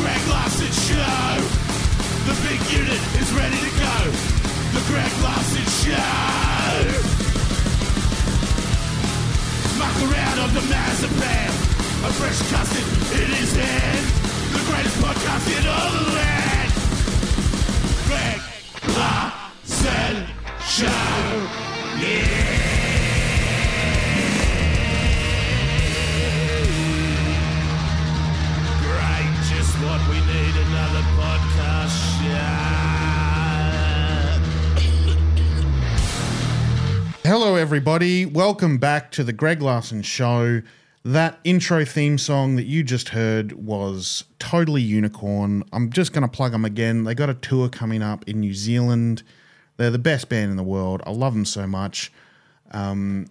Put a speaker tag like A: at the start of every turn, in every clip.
A: Greg Larson Show. The big unit is ready to go. The Greg Larson Show. Smack around of the Mazapan. A fresh custard in his hand. The greatest podcast in all the land. Greg Larson Show. Yeah. Great, just what we need another podcast show.
B: Hello, everybody. Welcome back to the Greg Larson Show. That intro theme song that you just heard was totally unicorn. I'm just going to plug them again. They got a tour coming up in New Zealand. They're the best band in the world. I love them so much. Um,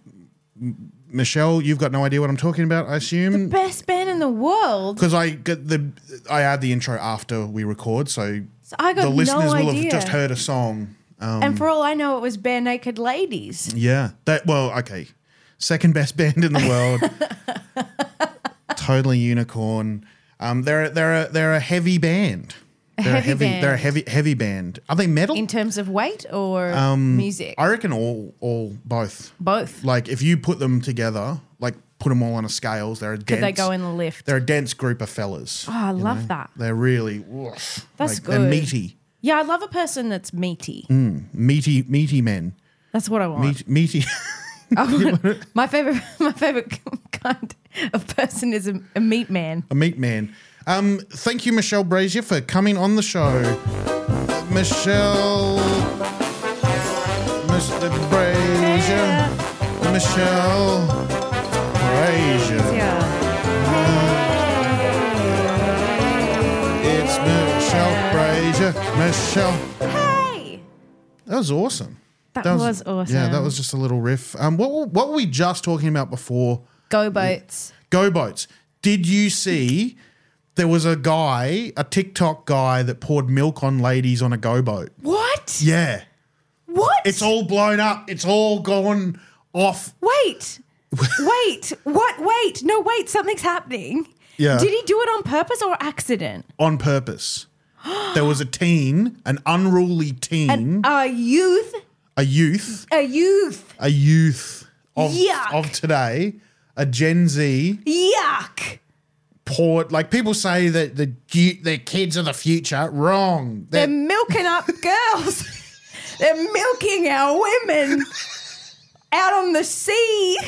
B: M- Michelle, you've got no idea what I'm talking about, I assume,
C: Best band in the world.
B: because I get the I add the intro after we record, so
C: So I got
B: the listeners
C: no
B: will
C: idea.
B: have just heard a song. Um,
C: and for all I know, it was Bare Naked Ladies.
B: Yeah. That well, okay. Second best band in the world. totally unicorn. Um, they're a- they're a they're a heavy band. They're
C: heavy band.
B: They're a heavy heavy band. Are they metal?
C: In terms of weight or
B: Um,
C: music?
B: I reckon all all both.
C: Both.
B: Like if you put them together, like put them all on a scales, they're a dense.
C: Could they go in the lift?
B: They're a dense group of fellas.
C: Oh, I love that.
B: They're really woof,
C: That's
B: They're
C: good.
B: meaty,
C: Yeah, I love a person that's meaty.
B: meaty, meaty men.
C: That's what I want.
B: Mm. Meat, meaty.
C: I want- my favorite, my favorite kind of person is a, a meat man.
B: a meat man. Um, thank you, Michelle Brazier, for coming on the show. Michelle, Mr. Brazier, Michelle Brazier.
C: Yeah.
B: It's Michelle Brazier. Michelle,
C: Hey.
B: that was awesome.
C: That was awesome.
B: Yeah, that was just a little riff. Um, what what were we just talking about before?
C: Go boats.
B: Go boats. Did you see? There was a guy, a TikTok guy, that poured milk on ladies on a go boat.
C: What?
B: Yeah.
C: What?
B: It's all blown up. It's all gone off.
C: Wait. wait. What? Wait. No, wait. Something's happening.
B: Yeah.
C: Did he do it on purpose or accident?
B: on purpose. there was a teen, an unruly teen,
C: A youth.
B: a youth,
C: A youth.
B: a youth of,
C: Yuck.
B: of today, a Gen Z
C: Yuck.
B: port. Like people say that the you- their kids are the future. Wrong.
C: They're
B: They're,
C: milking up girls. They're milking our women out on the sea.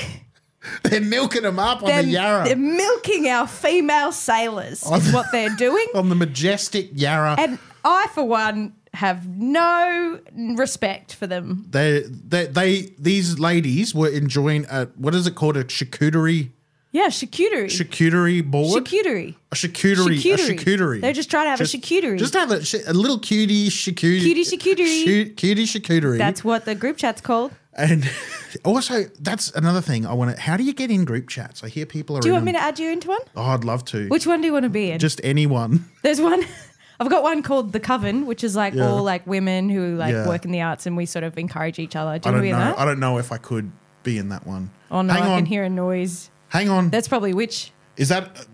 B: they're milking them up on
C: They're,
B: the Yarra, Oh.
C: they're milking our female sailors, is what they're doing.
B: on the majestic Yarra.
C: And I, for one, have no respect for them.
B: they, they, they, these ladies were enjoying a what is it called a charcuterie
C: Yeah, charcuterie.
B: charcuterie board.
C: charcuterie.
B: A charcuterie, A
C: Charcuterie.
B: charcuterie.
C: They're just trying to have a charcuterie.
B: Just have a, sh- a little cutie charcuterie.
C: Cutie charcuterie.
B: Shoot- cutie charcuterie.
C: That's what the group chat's called.
B: and also that's another thing I want to. How do you get in group chats? I hear people are.
C: Do you
B: in
C: want me to
B: them-
C: add you into one?
B: Oh, I'd love to.
C: Which one do you want to be in?
B: just anyone.
C: There's one. I've got one called the Coven, which is like
B: Yeah.
C: all like women who like
B: Yeah.
C: work in the arts, and we sort of encourage each other. Do
B: I
C: you want
B: don't
C: to be
B: know.
C: in that?
B: I don't know if I could be in that one.
C: Oh no,
B: hang
C: I
B: on.
C: can hear a noise.
B: Hang on.
C: That's probably which.
B: Is that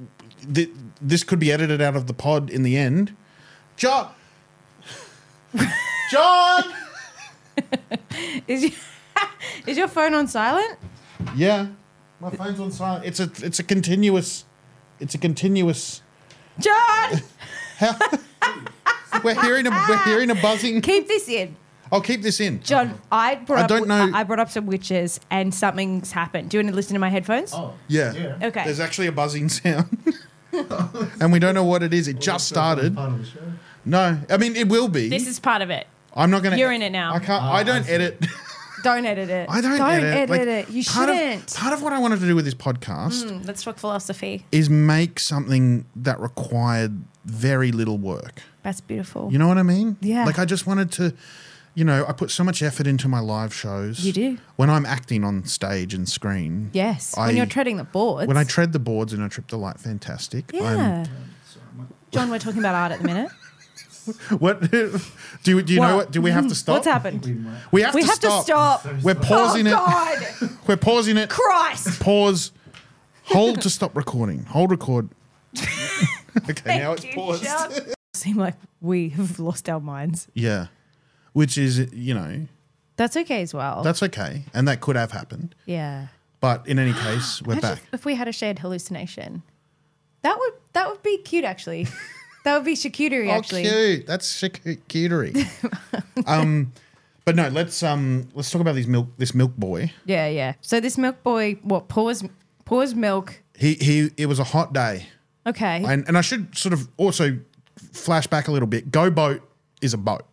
B: th- this could be edited out of the pod in the end? John. John.
C: Is your, is your phone on silent?
B: Yeah, my phone's on silent. It's a it's a continuous, it's a continuous.
C: John,
B: We're hearing a we're hearing a buzzing.
C: keep this in.
B: I'll keep this in.
C: John, I brought
B: I
C: up
B: don't know-
C: I brought up some witches and something's happened. Do you want to listen to my headphones?
B: Yeah.
C: Okay.
B: There's actually a buzzing sound, and we don't know what it is. It just started. No, I mean it will be.
C: This is part of it.
B: I'm not gonna.
C: You're in it now.
B: I can't. Ah, I don't edit.
C: Don't edit it.
B: I don't, edit.
C: edit,
B: Like,
C: it. You
B: part of-
C: shouldn't.
B: part of what I wanted to do with this podcast
C: Mm, Let's talk philosophy.
B: is make something that required very little work.
C: That's beautiful.
B: You know what I mean?
C: Yeah.
B: Like I just wanted to, you know, I put so much effort into my live shows.
C: You do.
B: When I'm acting on stage and screen.
C: yes.
B: I-
C: when you're treading the boards.
B: When I tread the boards and I trip the light, fantastic.
C: Yeah. John, we're talking about art at the minute.
B: I'm, what do you, do you know?
C: What?
B: What do we have to stop?
C: What's happened?
B: We have,
C: We
B: to,
C: have to
B: stop.
C: stop.
B: We're pausing
C: oh,
B: it.
C: God.
B: We're pausing it.
C: Christ.
B: Pause. Hold to stop recording. Hold record. Okay, now it's paused.
C: Seem like we have lost our minds.
B: Yeah. Which is, you know,
C: That's okay as well.
B: that's okay. And that could have happened.
C: yeah.
B: But in any case, we're
C: Imagine
B: back.
C: if we had a shared hallucination. That would that would be cute actually. that would be charcuterie actually.
B: Oh, cute. That's charcuterie. um, but no, let's um, let's talk about these milk. This milk boy.
C: Yeah, yeah. So this milk boy what pours pours milk.
B: He he. It was a hot day,
C: Okay.
B: and and I should sort of also flash back a little bit. Go boat is a boat.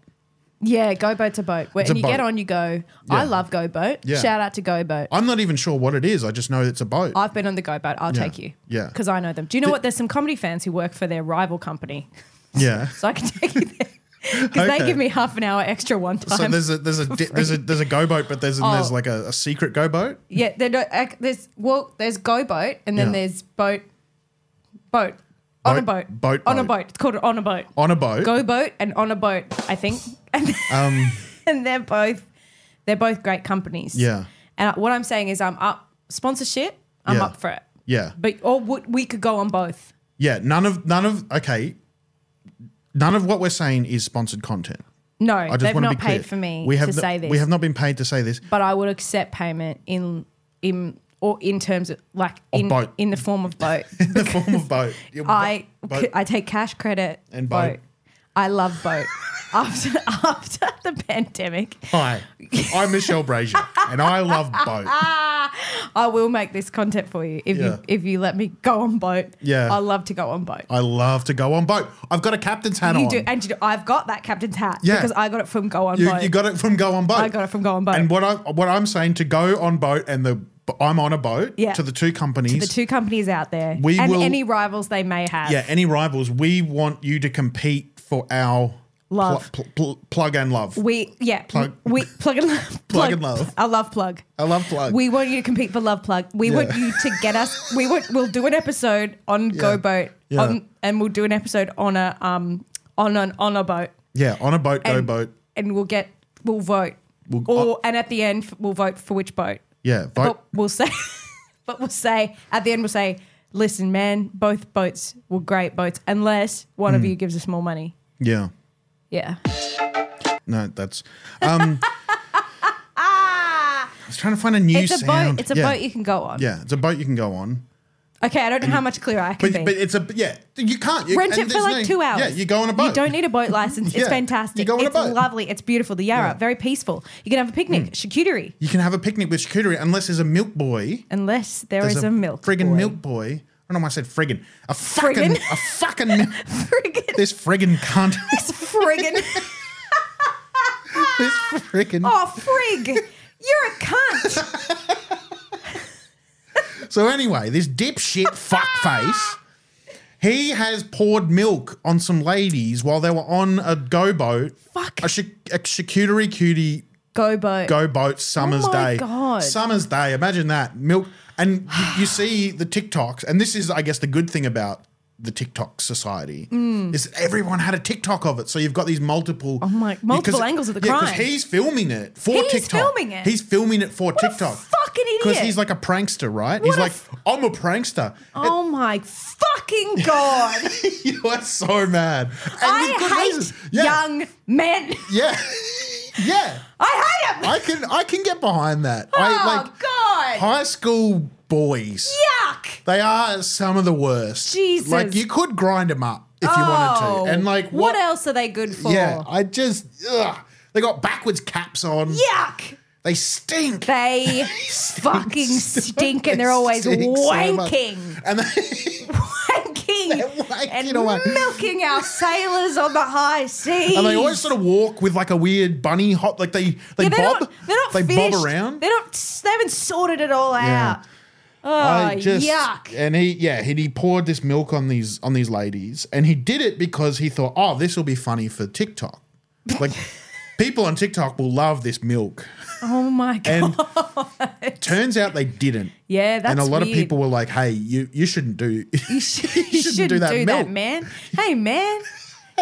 C: yeah, go boat to boat. Where,
B: It's a
C: and you get
B: boat.
C: on, you go.
B: Yeah.
C: I love go boat.
B: Yeah.
C: Shout out to go boat.
B: I'm not even sure what it is. I just know it's a boat.
C: I've been on the go boat. I'll
B: Yeah.
C: take you.
B: Yeah.
C: Because I know them. Do you know what? There's some comedy fans who work for their rival company.
B: yeah.
C: So I can take you there. Because
B: Okay.
C: they give me half an hour extra one time.
B: So there's a there's a di- there's a there's a go boat, but there's and there's
C: Oh.
B: like a, a secret go boat.
C: Yeah, they don't, ac- there's well, there's go boat, and then
B: Yeah.
C: there's boat, boat, on a
B: Boat-
C: boat,
B: boat
C: on a
B: boat.
C: boat. It's called on a boat.
B: On a boat.
C: Go boat and on a boat, I think. And, and they're both they're both great companies.
B: Um, Yeah.
C: And what I'm saying is, I'm up sponsorship. I'm
B: Yeah.
C: up for it.
B: Yeah.
C: But or would- we could go on both.
B: Yeah. None of none of okay. None of what we're saying is sponsored content.
C: No,
B: I just
C: they've
B: want to
C: not
B: be clear.
C: paid for me
B: we have
C: to
B: no-
C: say this.
B: We have not been paid to say this.
C: but I would accept payment in in or in terms of like
B: Of
C: in
B: boat.
C: in the form of boat.
B: in the form of boat. Your
C: I
B: bo- boat.
C: I take cash credit
B: And boat.
C: I love boat. after after the pandemic,
B: Hi, I'm Michelle Brazier, and I love boat.
C: I will make this content for you if
B: Yeah.
C: you if you let me go on boat.
B: Yeah.
C: I love to go on boat.
B: I love to go on boat. I've got a captain's hat
C: you
B: on.
C: do, and you do, I've got that captain's hat
B: Yeah.
C: because I got it from Go on
B: you,
C: Boat.
B: you got it from go on boat.
C: I got it from Go on Boat.
B: And what I what I'm saying to go on boat and the I'm on a boat
C: Yeah.
B: to the two companies.
C: the two companies out there,
B: We
C: and
B: will-
C: any rivals they may have.
B: yeah, any rivals, we want you to compete for our
C: Love.
B: pl- pl- pl- plug and love.
C: We yeah
B: Plug.
C: we plug and love plug,
B: and love.
C: I love plug.
B: I love plug.
C: We want you to compete for love plug. We want
B: Yeah.
C: you to get us. We want we'll do an episode on Go Boat
B: Yeah.
C: on, and we'll do an episode on a um on an on a boat
B: yeah, on a boat, go
C: and
B: boat.
C: and we'll get we'll vote
B: We'll- uh,
C: or and at the end we'll vote for which boat.
B: Yeah, vote.
C: But we'll say, but we'll say at the end we'll say, listen, man, both boats were great boats unless one
B: Hmm.
C: of you gives us more money.
B: Yeah.
C: Yeah.
B: No, that's. Um, I was trying to find a new
C: Ah. it's a
B: sound.
C: boat. It's a
B: Yeah.
C: boat you can go on.
B: Yeah, it's a boat you can go on.
C: Okay, I don't know how much clearer I can
B: But,
C: be.
B: but it's a yeah. You can't you,
C: Rent
B: and
C: it for
B: there's
C: like
B: no-
C: two hours.
B: Yeah, you go on a boat.
C: You don't e- need a boat license.
B: Yeah.
C: It's fantastic.
B: You go on a
C: it's
B: boat.
C: lovely. It's beautiful. The Yarra,
B: Yeah. Hmm.
C: very peaceful. You can have a picnic, charcuterie,
B: You can have a picnic with charcuterie unless there's a milk boy.
C: unless there
B: There's
C: is a, milk.
B: friggin'
C: boy.
B: milk boy. I don't know why I said friggin'. A fucking
C: Friggin'?
B: a fucking milk.
C: Friggin'.
B: this friggin' cunt.
C: friggin'.
B: this friggin'.
C: Oh, frig. You're a cunt.
B: So anyway, this dipshit fuckface. He has poured milk on some ladies while they were on a go boat.
C: Fuck.
B: A, sh- a charcuterie cutie
C: Go boat.
B: go boat summer's
C: Oh my
B: day
C: God.
B: summer's day imagine that milk and you, you see the tiktoks and this is i guess the good thing about the tiktok society is that everyone had a tiktok of it so you've got these multiple oh
C: Mm. my- multiple angles of the crime.
B: he's filming it for
C: He's
B: tiktok
C: filming it?
B: he's filming it for
C: a
B: tiktok
C: fucking idiot.
B: he's like a prankster right he's
C: What a
B: like
C: f-
B: i'm a prankster And
C: Oh my fucking god.
B: you are so mad and with good
C: I hate
B: reasons. yeah
C: young men.
B: yeah yeah
C: I hate them.
B: i can i can get behind that
C: oh
B: i like
C: god.
B: high school boys
C: Yuck.
B: They are some of the worst.
C: Jesus.
B: Like you could grind them up if you
C: Oh,
B: wanted to. And like
C: what, else are they good for?
B: Yeah, I just ugh. they got backwards caps on.
C: Yuck.
B: They stink.
C: They fucking stink and they're always
B: Stink so much.
C: wanking.
B: and they,
C: wanking.
B: wanking
C: and
B: away.
C: milking our sailors on the high seas.
B: and they always sort of walk with like a weird bunny hop. Like they they
C: Yeah, they're
B: bob.
C: Not, they're not
B: they bob
C: finished.
B: around.
C: They're not, they haven't sorted it all
B: Yeah.
C: out. Oh,
B: I just-
C: yuck.
B: And he yeah, he, he poured this milk on these on these ladies and he did it because he thought, "Oh, this will be funny for TikTok." Like people on TikTok will love this milk.
C: Oh my God.
B: And turns out they didn't.
C: yeah, Oh, that's
B: and a lot
C: weird.
B: of people were like, "Hey, you you shouldn't do."
C: You, should, you shouldn't, do, that,
B: milk.
C: man. Hey, man.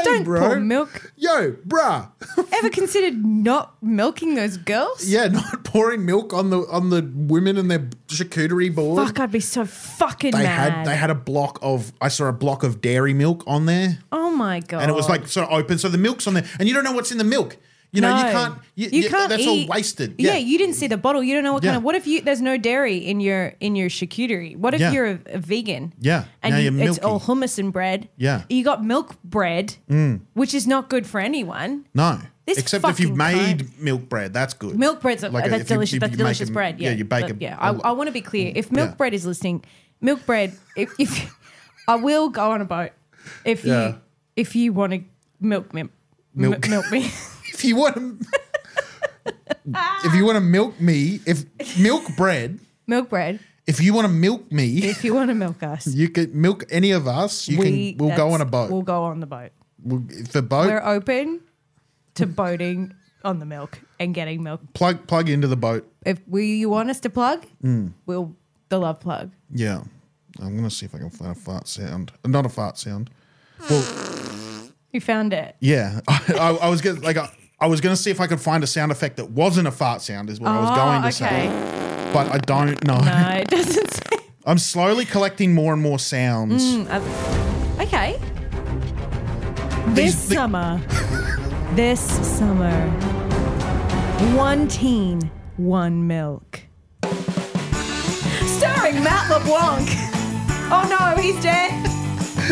C: Don't
D: bro.
C: pour milk.
D: Yo, bruh.
C: Ever considered not milking those girls?
D: Yeah, not pouring milk on the on the women and their charcuterie board.
C: Fuck, I'd be so fucking
D: they
C: mad.
D: had they had a block of I saw a block of dairy milk on there,
C: oh my god.
D: and it was like sort of open, so the milk's on there, and you don't know what's in the milk. You know, you can't. You, you- That's
C: eat-
D: all wasted.
C: Yeah. you didn't see the bottle. You don't know what
D: Yeah.
C: kind of. What if you? There's no dairy in your in your charcuterie. What if
B: Yeah.
C: you're a, a vegan?
B: Yeah.
C: and
B: Now
C: you,
B: you're
C: it's all
B: milky.
C: hummus and bread.
B: Yeah. Mm.
C: you got milk bread, which is not good for anyone.
B: No.
C: This
B: Except if you've
C: fucking
B: made
C: cunt.
B: milk bread, that's good.
C: Milk bread's a,
B: Like, if
C: that's
B: you-
C: delicious.
B: if
C: that's
B: you make
C: delicious
B: a-
C: bread. Yeah,
B: yeah, you bake
C: But,
B: a-
C: yeah, I,
B: a-
C: I want to be clear. If milk
B: Yeah.
C: bread is listening, milk bread. If, if I will go on a boat, if
D: Yeah.
C: you if you want to milk me,
D: Milk.
C: milk me.
D: if you want to, if you want to milk me, if milk bread,
C: milk bread.
D: if you want to milk me,
C: If you want to milk us,
D: you can milk any of us. You
C: we,
D: can. We'll go
C: that's-
D: on a boat.
C: We'll go on the boat.
D: We'll, for boat,
C: We're open to boating on the milk and getting milk.
B: Plug plug into the boat.
C: If we you want us to plug, we'll the love plug.
B: Yeah. I'm gonna see if I can find a fart sound. Not a fart sound. Well,
C: You found it.
B: yeah. I, I, I was gonna like I, I was gonna see if I could find a sound effect that wasn't a fart sound. Is what I was going to say,
C: Ah, okay.
B: but I don't know.
C: No, it doesn't say.
B: I'm slowly collecting more and more sounds.
C: Mm. Uh, okay.
B: These-
C: This
B: the-
C: summer, this summer, one teen, one milk. Starring Matt LeBlanc. Oh no, he's dead.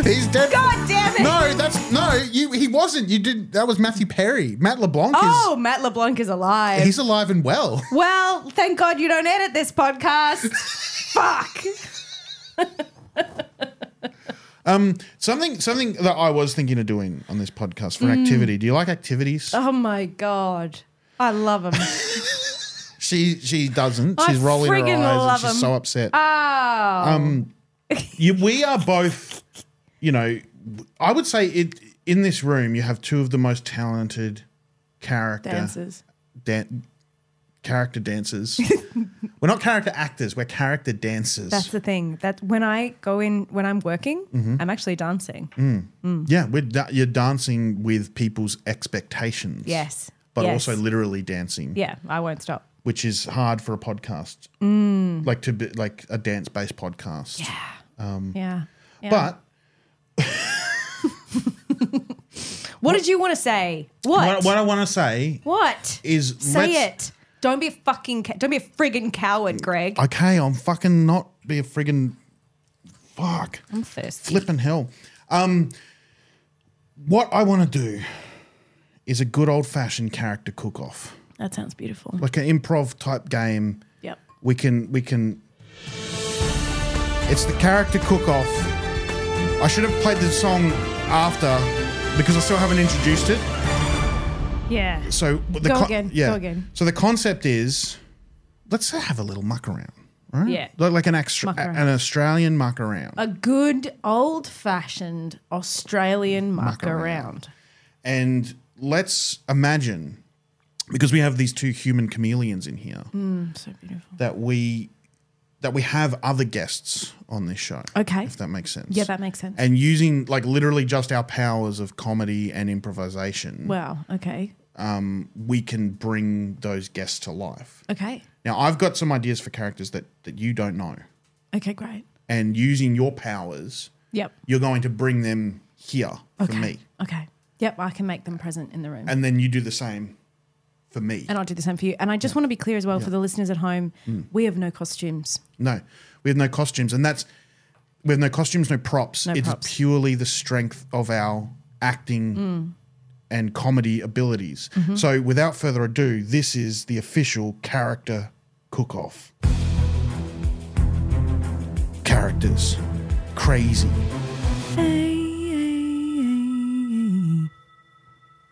D: he's dead.
C: God damn it.
D: No, that's no. You he wasn't. You did. That was Matthew Perry. Matt LeBlanc
C: Oh, Matt LeBlanc is alive.
D: is he's alive and well.
C: Well, thank God you don't edit this podcast. Fuck.
B: Something something that I was thinking of doing on this podcast for activity. Do you like activities?
C: Mm. Oh my God. I love him.
D: She she doesn't.
C: I
D: She's rolling her
C: friggin'
D: eyes.
C: love
D: And
C: him.
D: she's so upset.
C: Oh.
B: you, we are both, you know, I would say it in this room. You have two of the most talented character
C: Dancers.
B: dan- character dancers. we're not character actors. We're character dancers.
C: That's the thing. That when I go in, when I'm working,
B: Mm-hmm.
C: I'm actually dancing.
B: Mm. yeah, we're da- you're dancing with people's expectations.
C: Yes.
B: but
C: Yes.
B: also literally dancing.
C: Yeah, I won't stop.
B: which is hard for a podcast,
C: Mm.
B: like to be like a dance based podcast.
C: yeah. yeah.
B: Mm. But
C: what did you want to say? What?
B: what,
C: What?
B: what I want to say is
C: say
B: let's-
C: it. Don't be a fucking. Ca- don't be a friggin' coward, Greg.
B: Okay, I'm fucking not be a friggin' fuck
C: I'm thirsty.
B: flipping hell. Um, what I want to do is a good old fashioned character cook off,
C: That sounds beautiful.
B: like an improv type game.
C: Yep.
B: We can we can. It's the character cook off. I should have played the song after because I still haven't introduced it.
C: Yeah.
B: So the
C: Go
B: con-
C: again,
B: Yeah.
C: go again.
B: So the concept is, let's have a little muck around, all right?
C: Yeah.
B: Like, like an extra,
C: Muck around.
B: an Australian muck around,
C: A good old fashioned Australian muck,
B: around.
C: around.
B: and let's imagine, because we have these two human chameleons in here,
C: Mm, So beautiful.
B: that we that we have other guests on this show.
C: Okay.
B: If that makes sense.
C: Yeah, that makes sense.
B: And using like literally just our powers of comedy and improvisation,
C: wow. Okay.
B: we can bring those guests to life.
C: Okay.
B: Now, I've got some ideas for characters that that you don't know.
C: Okay. Great.
B: and using your powers,
C: Yep.
B: you're going to bring them here for me.
C: Okay. Yep. I can make them present in the room.
B: And then you do the same for me.
C: And I'll do the same for you. And I just want to be clear as well for the listeners at home
B: Mm.
C: we have no costumes.
B: no, we have no costumes. And that's, we have no costumes, no props.
C: No
B: it's
C: props. Mm.
B: purely the strength of our acting and comedy abilities.
C: Mm-hmm.
B: So without further ado, this is the official character cook off. Characters. Crazy.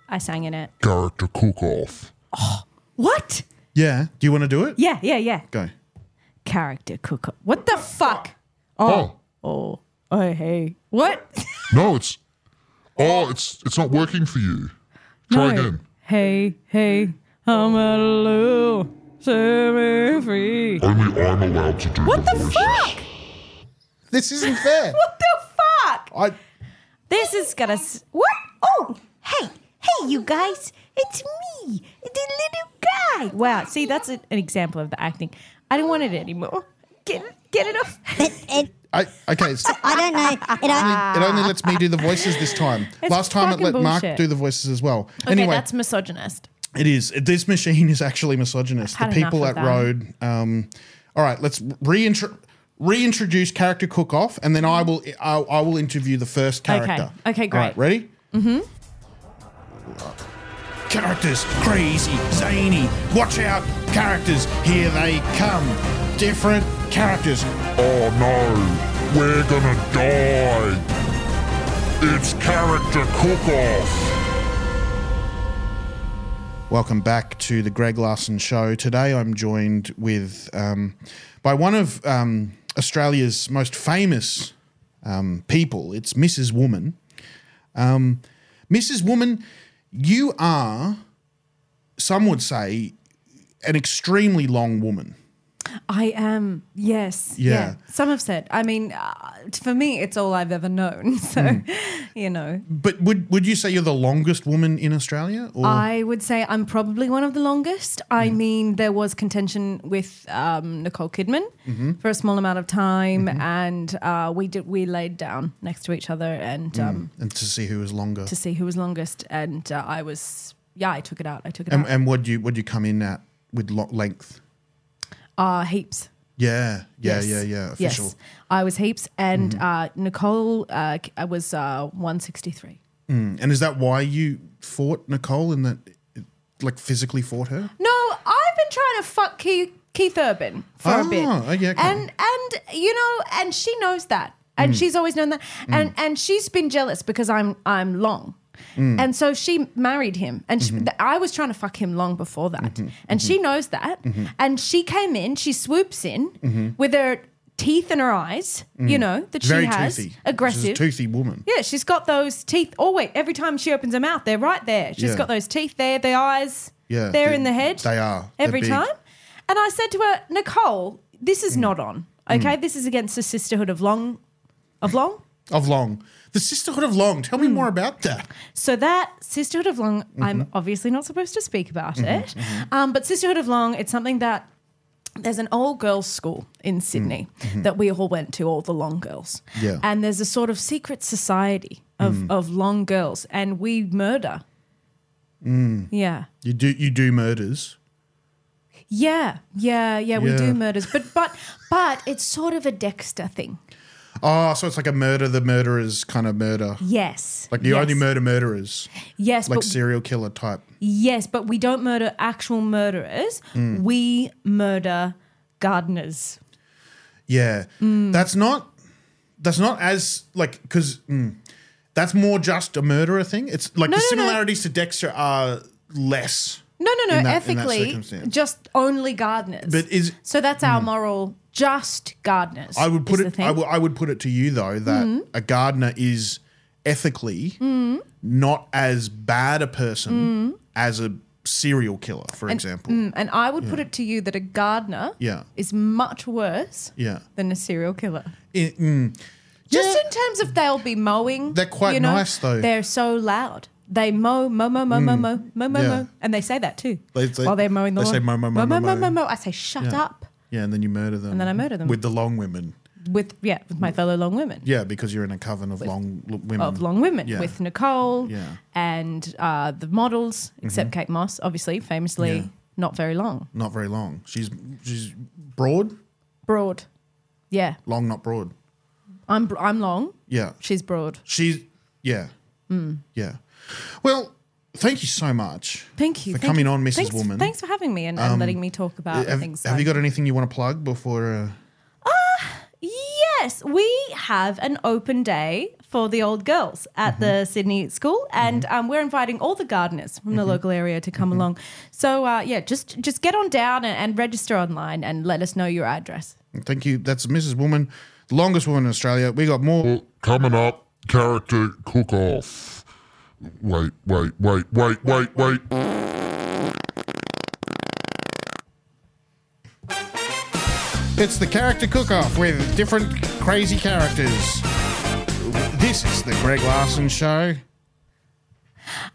C: I sang in it.
E: character cook off.
C: What?
B: Yeah. Do you want to do it?
C: Yeah, yeah, yeah.
B: Go.
C: Character cook up. What the fuck?
E: Oh.
C: Oh, oh, hey. What?
E: no, it's oh, it's it's not working for you. Try again.
C: Hey, hey, I'm out of love. Set me free.
E: Only I'm allowed to do
C: What
E: the
C: the
E: voices.
C: fuck?
D: This isn't fair.
C: What the fuck?
B: I,
C: This is gonna. S- what? Oh, Hey, you guys, it's me, the little guy. Wow, see, that's a, an example of the acting. I don't want it anymore. Get, get it off.
F: But it,
D: I, okay, it's, it,
F: I don't know. It only,
D: only, it only lets me do the voices this time. Last time it let
C: fucking
D: Mark
C: bullshit.
D: do the voices as well.
G: Okay,
D: anyway,
G: that's misogynist.
B: It is. This machine is actually misogynist. The
C: I've had
B: people at
C: enough of
B: Road. Um, all right, let's reintro- reintroduce character cook off, and then I will I, I will interview the first character.
C: Okay,
B: All
C: great. Mm-hmm.
B: right, ready? Characters crazy, zany. Watch out, characters! Here they come. Different characters.
E: Oh no, we're gonna die. It's character cook off.
B: Welcome back to the Greg Larson Show. Today I'm joined with um, by one of um, Australia's most famous um, people. It's Mrs. Woman. Um, Mrs. Woman, you are, some would say, an extremely long woman.
C: I am, yes.
B: Yeah.
C: Some have said. I mean, uh, for me, it's all I've ever known. So, you know,
B: But would would you say you're the longest woman in Australia? Or
C: I would say I'm probably one of the longest. I
B: Mm-hmm.
C: mean, there was contention with um, Nicole Kidman
B: Mm-hmm.
C: for a small amount of time, and uh, we did we laid down next to each other and um,
B: and to see who is longer.
C: to see who was longest. And uh, I was, yeah, I took it out. I took it
B: And,
C: out.
B: and would you would you come in at with lo- length?
C: uh, heaps.
B: Yeah, yeah,
C: Yes.
B: yeah, yeah. Mm-hmm. Official.
C: Yes, I was heaps, and uh, Nicole uh, I was uh, 163.
B: And is that why you fought Nicole in that, like physically fought her?
C: No, I've been trying to fuck Keith, Keith Urban for a
B: Oh,
C: bit.
B: okay, okay.
C: And and you know, and she knows that. And
B: Mm.
C: she's always known that. And and she's been jealous because I'm I'm long.
B: Mm.
C: And so she married him, and she,
B: Mm-hmm.
C: th- I was trying to fuck him long before that, and she knows that.
B: Mm-hmm.
C: And she came in, she swoops in with her teeth in her eyes, you know that
B: Mm-hmm. Very
C: she has,
B: toothy. She's a
C: aggressive,
B: toothy woman.
C: yeah, she's got those teeth. Oh wait, every time she opens her mouth, they're right there. She's
B: Yeah.
C: got those teeth there, the eyes.
B: Yeah,
C: they're
B: they-
C: in the head.
B: they are. They're
C: every
B: big. Mm.
C: time. And I said to her, Nicole, this is not on. Okay, this is against the sisterhood of long, of long.
B: Of Long. The Sisterhood of Long. Tell
C: Hmm.
B: me more about that.
C: So that Sisterhood of Long, I'm
B: Mm-hmm.
C: obviously not supposed to speak about it, Um, but Sisterhood of Long, it's something that there's an old girls' school in Sydney that we all went to, all the long girls.
B: Mm-hmm. Yeah. Mm.
C: And there's a sort of secret society of, of long girls, and we murder.
B: Mm.
C: Yeah.
B: You do you do murders.
C: Yeah, yeah, yeah. We
B: Yeah.
C: do murders, but but but it's sort of a Dexter thing.
B: Oh, so it's like a murder the murderers kind of murder.
C: Yes,
B: Like you
C: yes.
B: only murder murderers,
C: Yes,
B: like
C: but
B: serial killer type.
C: Yes, but we don't murder actual murderers.
B: Mm.
C: We murder gardeners.
B: Yeah,
C: Hmm.
B: that's not that's not as like because that's more just a murderer thing. It's like
C: No,
B: the
C: no, no.
B: similarities to Dexter are less.
C: No, no, no.
B: In that- in that
C: ethically,
B: circumstance.
C: just only gardeners.
B: But is-
C: so that's our moral. Just gardeners.
B: I would put
C: is the
B: it.
C: thing.
B: I
C: Mm-hmm.
B: would- I would put it to you though that a gardener is ethically not as bad a person as a serial killer, for example.
C: Mm, Mm-hmm. and I would put it to you that a gardener
B: Yeah.
C: is much worse
B: Yeah.
C: than a serial killer.
B: I- mm.
C: Just
B: Yeah.
C: in terms of they'll be mowing.
B: They're quite
C: you know,
B: nice, though. Mm.
C: They're so loud. They mow, mow, mow, mow, mow, mow, mow, mow,
B: Yeah.
C: mow, and they say that too
B: They- they-
C: while they're mowing the
B: they
C: lawn.
B: say mow, mow, mow,
C: mow,
B: mow,
C: mow,
B: mow.
C: mow. I say shut up
B: yeah, and then you murder them. And
C: then I murder them.
B: with the long women.
C: with yeah with my fellow long women
B: Yeah, because you're in a coven of long l- women.
C: of long women
B: Yeah.
C: with Nicole
B: Yeah. Mm-hmm.
C: and uh, the models, except Kate Moss, obviously famously
B: Yeah.
C: not very long,
B: Not very long. She's she's broad,
C: broad. Yeah,
B: long, not broad.
C: I'm br- I'm long.
B: Yeah,
C: She's broad.
B: she's yeah,
C: Mm.
B: yeah. Well, thank you so much.
C: Thank you
B: for
C: thank
B: coming
C: you.
B: on, Mrs.
C: Thanks,
B: Woman. Um,
C: Thanks for having me and, and letting me talk about
B: Have,
C: things.
B: have
C: like-
B: you got anything you want to plug before? Uh,
C: Yes, we have an open day for the old girls at the Sydney school, and um, we're inviting all the gardeners from the local area to come along. So uh, yeah, just just get on down and, and register online, and let us know your address.
B: Thank you. That's Mrs. Woman, the longest woman in Australia. We got more.
E: Coming up, character cook off. Wait, wait, wait, wait, wait, wait.
B: It's the character cook off with different crazy characters. This is the Greg Larson show.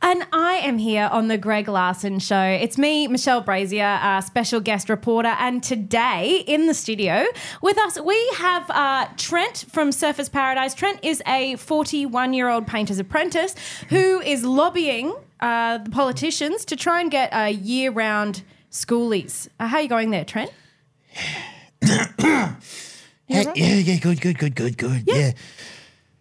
C: And I am here on the Greg Larson Show. It's me, Michelle Brazier, our special guest reporter. And today in the studio with us, we have uh, Trent from Surface Paradise. Trent is a 41 year old painter's apprentice who is lobbying uh, the politicians to try and get uh, year round schoolies. Uh, how are you going there, Trent?
B: Yeah, yeah, yeah, good, good, good, good, good. Yeah.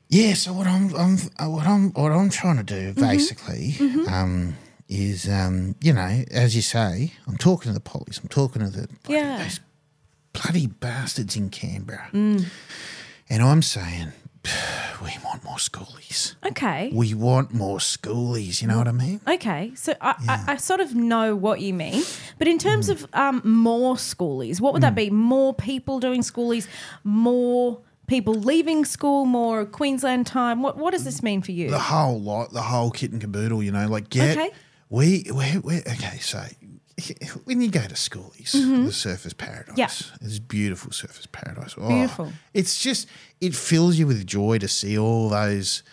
B: yeah. so what I'm, I'm uh, what I'm what I'm trying to do basically um, is um, you know, as you say, I'm talking to the police, I'm talking to the bloody,
C: Yeah.
B: those bloody bastards in Canberra. And I'm saying we want more schoolies.
C: Okay.
B: We want more schoolies, you know what I mean?
C: Okay, so I, I, I sort of know what you mean, but in terms of um, more schoolies, what would that be? More people doing schoolies, more people leaving school, more Queensland time. What what does this mean for you?
B: the whole lot, the whole kit and caboodle, you know, like get
C: Okay.
B: we we we okay, so when you go to schoolies, the surface paradise.
C: Mm-hmm. Yeah.
B: It's beautiful surface paradise. Oh,
C: Beautiful.
B: It's just it fills you with joy to see all those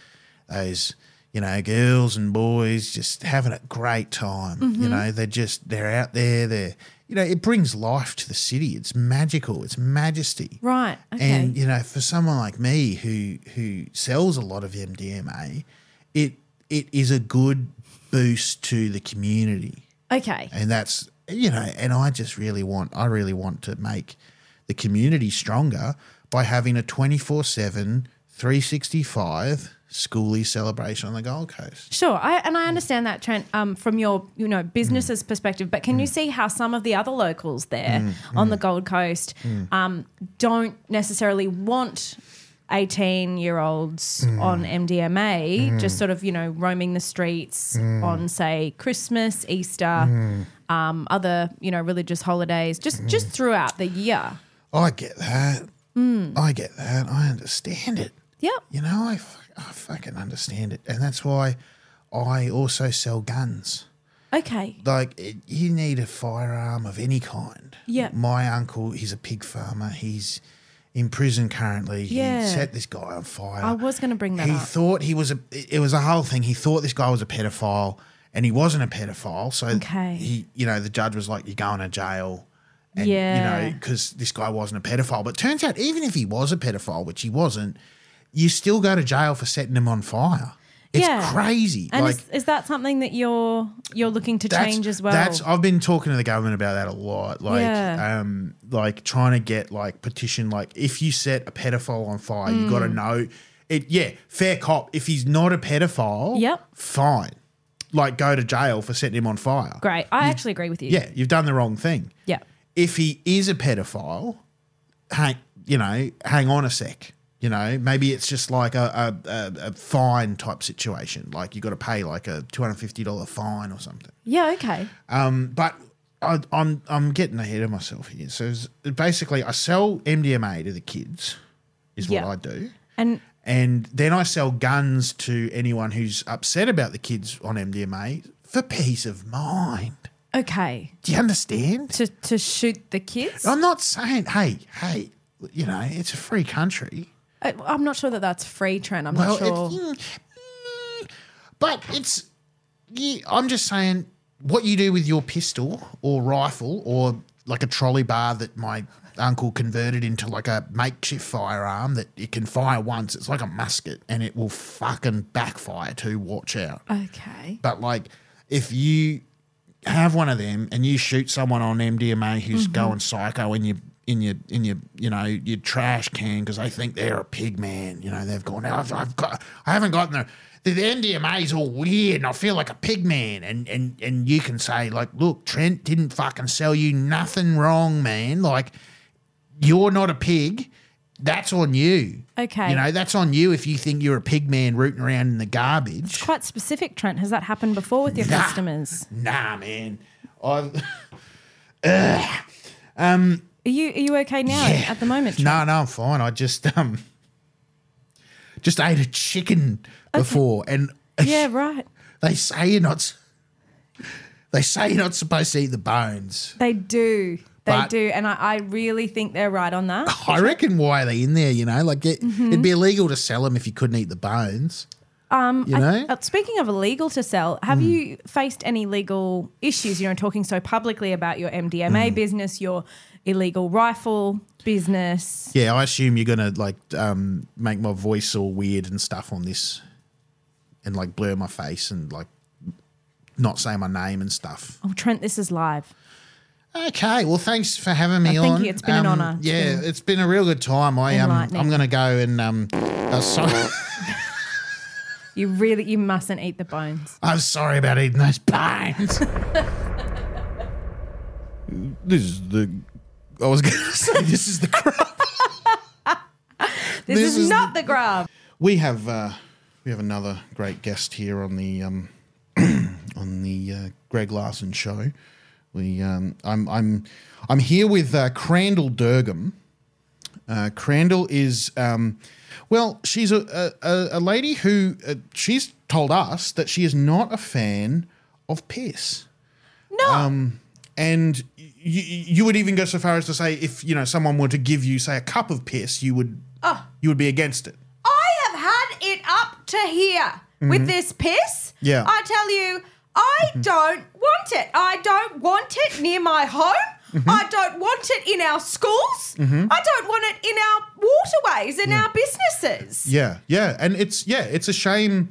B: those you know, girls and boys just having a great time.
C: Mm-hmm.
B: You know, they're just they're out there, they're you know, it brings life to the city. It's magical, it's majesty.
C: Right, okay.
B: And you know, for someone like me who who sells a lot of MDMA, it it is a good boost to the community,
C: okay,
B: and that's you know, and I just really want I really want to make the community stronger by having a 24/7 365 schoolie celebration on the Gold Coast.
C: sure. I, and
B: Mm.
C: I understand that Trent um, from your you know business's perspective, but
B: Mm.
C: can you see how some of the other locals there on the Gold Coast
B: Mm.
C: um, don't necessarily want? 18 year olds
B: Mm.
C: on MDMA, just sort of, you know, roaming the streets
B: Mm.
C: on, say, Christmas, Easter, um, other, you know, religious holidays, just
B: Mm.
C: just throughout the year.
B: I get that. I get that. I understand it.
C: Hmm. Yep.
B: You know, I, fu- I fucking understand it. And that's why I also sell guns.
C: Okay.
B: like it, you need a firearm of any kind.
C: Yeah.
B: My uncle, he's a pig farmer. He's in prison currently.
C: Yeah.
B: He set this guy on fire.
C: I was going to bring that
B: he
C: up.
B: thought he was a. It it was a whole thing. He thought this guy was a pedophile, and he wasn't a pedophile. So
C: Okay.
B: he, you know, the judge was like, "You're going to jail." And,
C: Yeah.
B: You know, because this guy wasn't a pedophile. But turns out, even if he was a pedophile, which he wasn't, you still go to jail for setting him on fire. It's
C: Yeah.
B: crazy.
C: And
B: like,
C: is, is that something that you're you're looking to change as well?
B: that's I've been talking to the government about that a lot. Like
C: Yeah.
B: um like trying to get like petition like if you set a pedophile on fire, you gotta
C: Mm.
B: know it yeah, fair cop. If he's not a pedophile,
C: Yep.
B: fine. Like go to jail for setting him on fire.
C: Great. I actually agree with you.
B: Mm. Yeah, you've done the wrong thing.
C: Yeah.
B: If he is a pedophile, hang you know, hang on a sec. You know, maybe it's just like a, a, a, a fine type situation. Like you got to pay like a two hundred fifty dollar fine or something.
C: Yeah. Okay.
B: Um, but I, I'm I'm getting ahead of myself here. So it's- basically, I sell MDMA to the kids, is
C: Yeah.
B: what I do,
C: And
B: and then I sell guns to anyone who's upset about the kids on MDMA for peace of mind.
C: okay,
B: Do you understand?
C: to to shoot the kids. I'm,
B: I'm not saying, hey, hey, you know, it's a free country.
C: I'm not sure that that's free, Trent. I'm
B: Well,
C: not sure.
B: it's, mm, mm, but it's. yeah, I'm just saying what you do with your pistol or rifle or like a trolley bar that my uncle converted into like a makeshift firearm that it can fire once. It's like a musket and it will fucking backfire too. Watch out.
C: okay.
B: But like, if you have one of them and you shoot someone on MDMA who's going psycho in your in your in your you know your trash can because they think they're a pig man, you know they've gone. I've, I've got I haven't gotten the. The the MDMA's all weird, and I feel like a pig man. And, and and you can say like, look, Trent didn't fucking sell you nothing wrong, man. Like, you're not a pig. That's on you.
C: Okay.
B: You know, that's on you if you think you're a pig man rooting around in the garbage.
C: Quite specific, Trent. Has that happened before with your
B: Nah.
C: customers?
B: Nah, man. I've
C: Are you are you okay now
B: Yeah.
C: at the moment? Trent?
B: no, no, I'm fine. I just um just ate a chicken before, and
C: Yeah. Right.
B: they say you're not. They say you're not supposed to eat the bones.
C: They do. They
B: But-
C: do, and I, I really think they're right on that. Mm-hmm.
B: I reckon why are they in there? You know, like it, it'd be illegal to sell them if you couldn't eat the bones.
C: Um,
D: You
C: I-
D: know?
C: uh, speaking of illegal to sell,
B: Hmm.
C: have you faced any legal issues? You know, talking so publicly about your
B: Hmm.
C: MDMA business, your illegal rifle business.
D: Yeah, I assume you're gonna like um, make my voice all weird and stuff on this, and like blur my face and like not say my name and stuff.
C: Oh, Trent, this is live.
D: Okay, well, thanks for having me
C: I
D: on.
C: think it's been an
D: Um,
C: honour. It's
D: Yeah,
C: been
D: it's been a real good time. I um,
C: enlightening.
D: I'm gonna go and um, uh, sorry,
C: You really, you mustn't eat the bones.
D: I'm sorry about eating those bones. this is the. I was gonna say this is the crop. This
C: This, is,
D: is
C: not the grub.
B: we have uh, we have another great guest here on the um, on the uh, Greg Larson show. We um, I'm I'm I'm here with uh, Crandall Durgam. Uh, Crandall is um, well, she's a, a- a, a lady who uh, she's told us that she is not a fan of piss Um,
C: No.
B: and y- y- you would even go so far as to say if you know someone were to give you say a cup of piss you would you would be against it
C: I have had it up to here with this piss.
B: Mm-hmm. Yeah. Mm-hmm.
C: I tell you, I don't want it. I don't want it near my home.
B: Mm-hmm.
C: I don't want it in our schools. I don't want it in our waterways, in our businesses.
B: yeah yeah and it's yeah it's a shame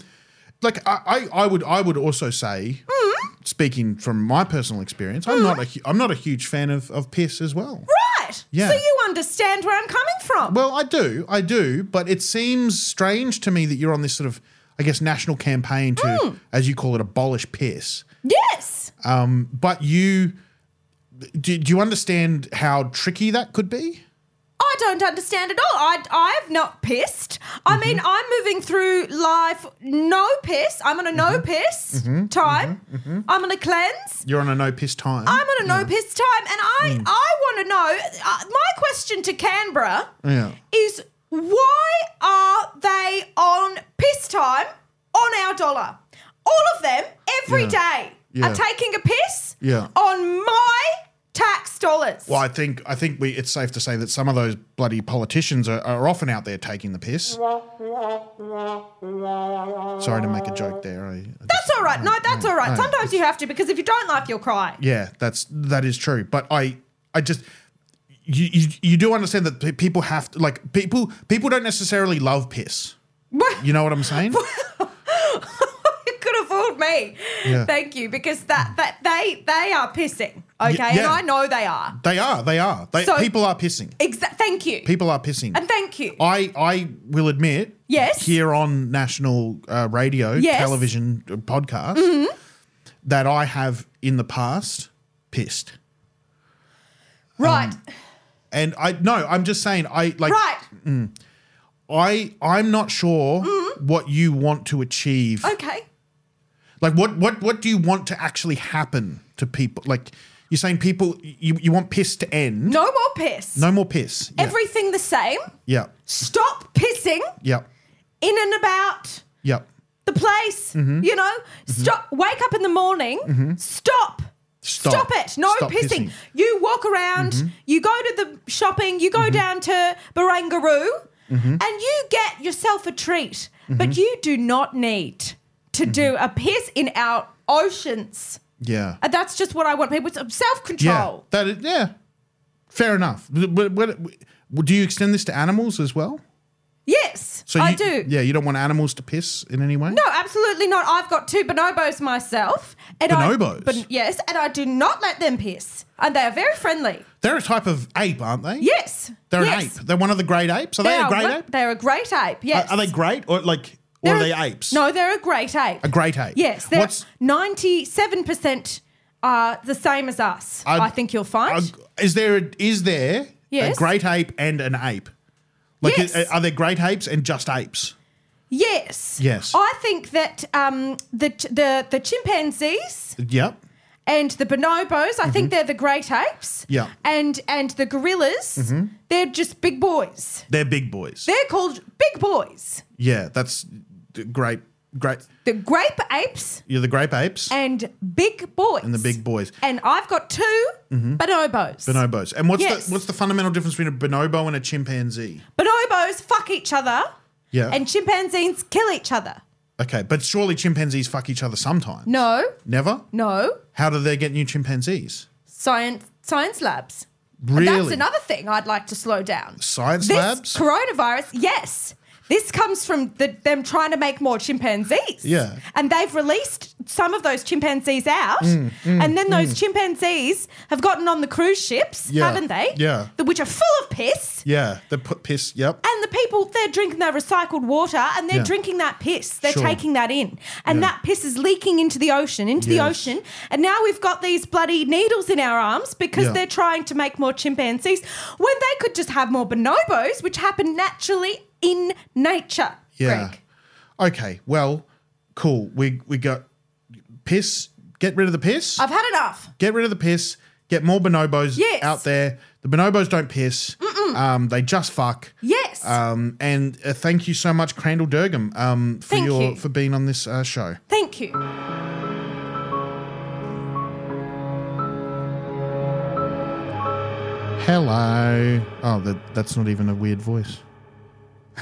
B: like i i, I would i would also say
C: Mm.
B: speaking from my personal experience i'm not a hu- i'm not a huge fan of of piss as well
C: Right.
B: Yeah.
C: So you understand where I'm coming from.
B: well i do i do but it seems strange to me that you're on this sort of i guess national campaign to
C: Mm.
B: as you call it abolish piss
C: yes.
B: but you do, do you understand how tricky that could be
C: I don't understand at all. I, I've not pissed. I mean,
B: Mm-hmm.
C: I'm moving through life no piss. I'm on a
B: Mm-hmm.
C: no piss time. I'm on a cleanse.
B: You're on a no piss time.
C: I'm on a no piss time, and I
B: Mm.
C: I want to know. Uh, my question to Canberra
B: Yeah.
C: is why are they on piss time on our dollar? All of them every
B: Yeah.
C: day
B: Yeah.
C: are taking a piss
B: Yeah.
C: on my tax dollars.
B: well, I think I think we it's safe to say that some of those bloody politicians are, are often out there taking the piss. Sorry to make a joke there. I, I
C: That's all right. No, that's all right.
B: no,
C: Sometimes you have to because if you don't laugh, you'll cry.
B: yeah, that's that is true. But I I just you you, you do understand that pe- people have to, like people people don't necessarily love piss. You know what I'm saying?
C: you could have fooled me.
B: Yeah.
C: Thank you, because that that they they are pissing. Okay, and
B: yeah.
C: I know they are.
B: they are. They are. They,
C: So-
B: people are pissing.
C: Exa- thank you.
B: People are pissing.
C: And thank you.
B: I, I will admit,
C: Yes.
B: here on national uh, radio,
C: Yes. Mm-hmm.
B: television, uh, podcast, that I have in the past pissed,
C: right,
B: and I no, I'm just saying, I um, like,
C: right.
B: I I'm not sure
C: Mm-hmm.
B: what you want to achieve,
C: Okay.
B: like what what what do you want to actually happen to people? Like you're saying, people, you you want piss to end,
C: No more piss.
B: no more piss, Yeah.
C: Everything the same.
B: yeah,
C: Stop pissing
B: yeah,
C: in and about
B: yeah,
C: the place.
B: Mm-hmm.
C: You know, stop. Wake up in the morning. Stop.
B: Stop.
C: Stop it. No
B: Stop
C: pissing.
B: pissing. Mm-hmm.
C: You walk around, you go to the shopping, you go down to Barangaroo,
B: Mm-hmm.
C: and you get yourself a treat. But you do not need to
B: Mm-hmm.
C: do a piss in our oceans.
B: yeah.
C: And that's just what I want people to self control.
B: Yeah, that is, yeah. Fair enough. But, but, but do you extend this to animals as well?
C: Yes, I
B: you-
C: do.
B: Yeah, you don't want animals to piss in any way.
C: No, absolutely not. I've got two bonobos myself. And I,
B: Bonobos?
C: but yes, and I do not let them piss. And they are very friendly.
B: they're a type of ape, aren't they?
C: Yes.
B: they're an
C: yes.
B: ape. They're one of the great apes. Are they, a
C: are
B: great
C: wa-
B: ape?
C: They're a great ape, yes.
B: Are, are they great or like or
C: They're
B: are
C: a-
B: they apes?
C: No, they're a great ape.
B: a great ape.
C: Yes, they're
B: What's
C: 97% are the same as us.
B: I'd-
C: I think you'll find.
B: a- is there a, is there
C: Yes.
B: a great ape and an ape? Like
C: Yes.
B: i- are there great apes and just apes?
C: yes.
B: Yes.
C: I think that um, the, ch- the, the chimpanzees
B: Yep.
C: and the bonobos. I think they're the great apes.
B: Mm-hmm. Yeah. Mm-hmm.
C: And and the gorillas. They're just big boys.
B: They're big boys.
C: They're called big boys.
B: yeah, that's d- great great
C: The grape apes
B: you're the grape apes and,
C: and big boys.
B: the big boys.
C: And I've got 2
B: Mm-hmm.
C: bonobos.
B: Bonobos. And what's
C: Yes.
B: the what's the fundamental difference between a bonobo and a chimpanzee?
C: bonobos fuck each other.
B: Yeah.
C: And chimpanzees kill each other.
B: Okay, but surely chimpanzees fuck each other sometimes.
C: No,
B: Never?
C: no.
B: How do they get new chimpanzees?
C: Science science labs.
B: Really?
C: That's another thing I'd like to slow down.
B: Science
C: this
B: labs?
C: coronavirus, yes. This comes from the, them trying to make more chimpanzees.
B: Yeah.
C: And they've released some of those chimpanzees out.
B: Mm,
C: and then those chimpanzees have gotten on the cruise ships,
B: Yeah,
C: haven't they?
B: yeah.
C: The- Which are full of piss.
B: yeah, they put piss. Yep.
C: And the people, they're drinking their recycled water and they're
B: Yeah.
C: drinking that piss. They're
B: Sure.
C: taking that in. And
B: Yeah.
C: that piss is leaking into the ocean, into the
B: Yes.
C: ocean. And now we've got these bloody needles in our arms because
B: Yeah.
C: they're trying to make more chimpanzees when they could just have more bonobos, which happen naturally in nature.
B: Yeah.
C: Greg.
B: Okay, well, cool. We we got piss. Get rid of the piss.
C: I've had enough.
B: get rid of the piss. Get more bonobos
C: Uh, Yes.
B: out there. The bonobos don't piss. Um, they just fuck.
C: Yes.
B: Um, and uh, thank you so much, Crandall Durgam, um, for
C: Thank
B: your
C: you.
B: for being on this uh, show.
C: Thank you.
B: Hello. Oh, that, that's not even a weird voice.
C: That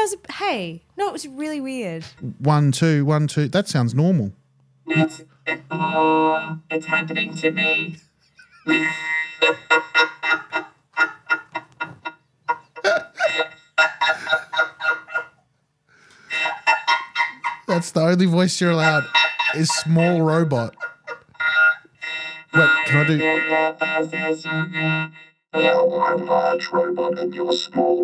C: was, hey, no, it was really weird.
B: One, two, one, two. That sounds normal.
F: It's, it's all, it's happening to me.
B: That's the only voice you're allowed. Is small robot. Wait, can I do?
F: Well, I'm large robot and you're small.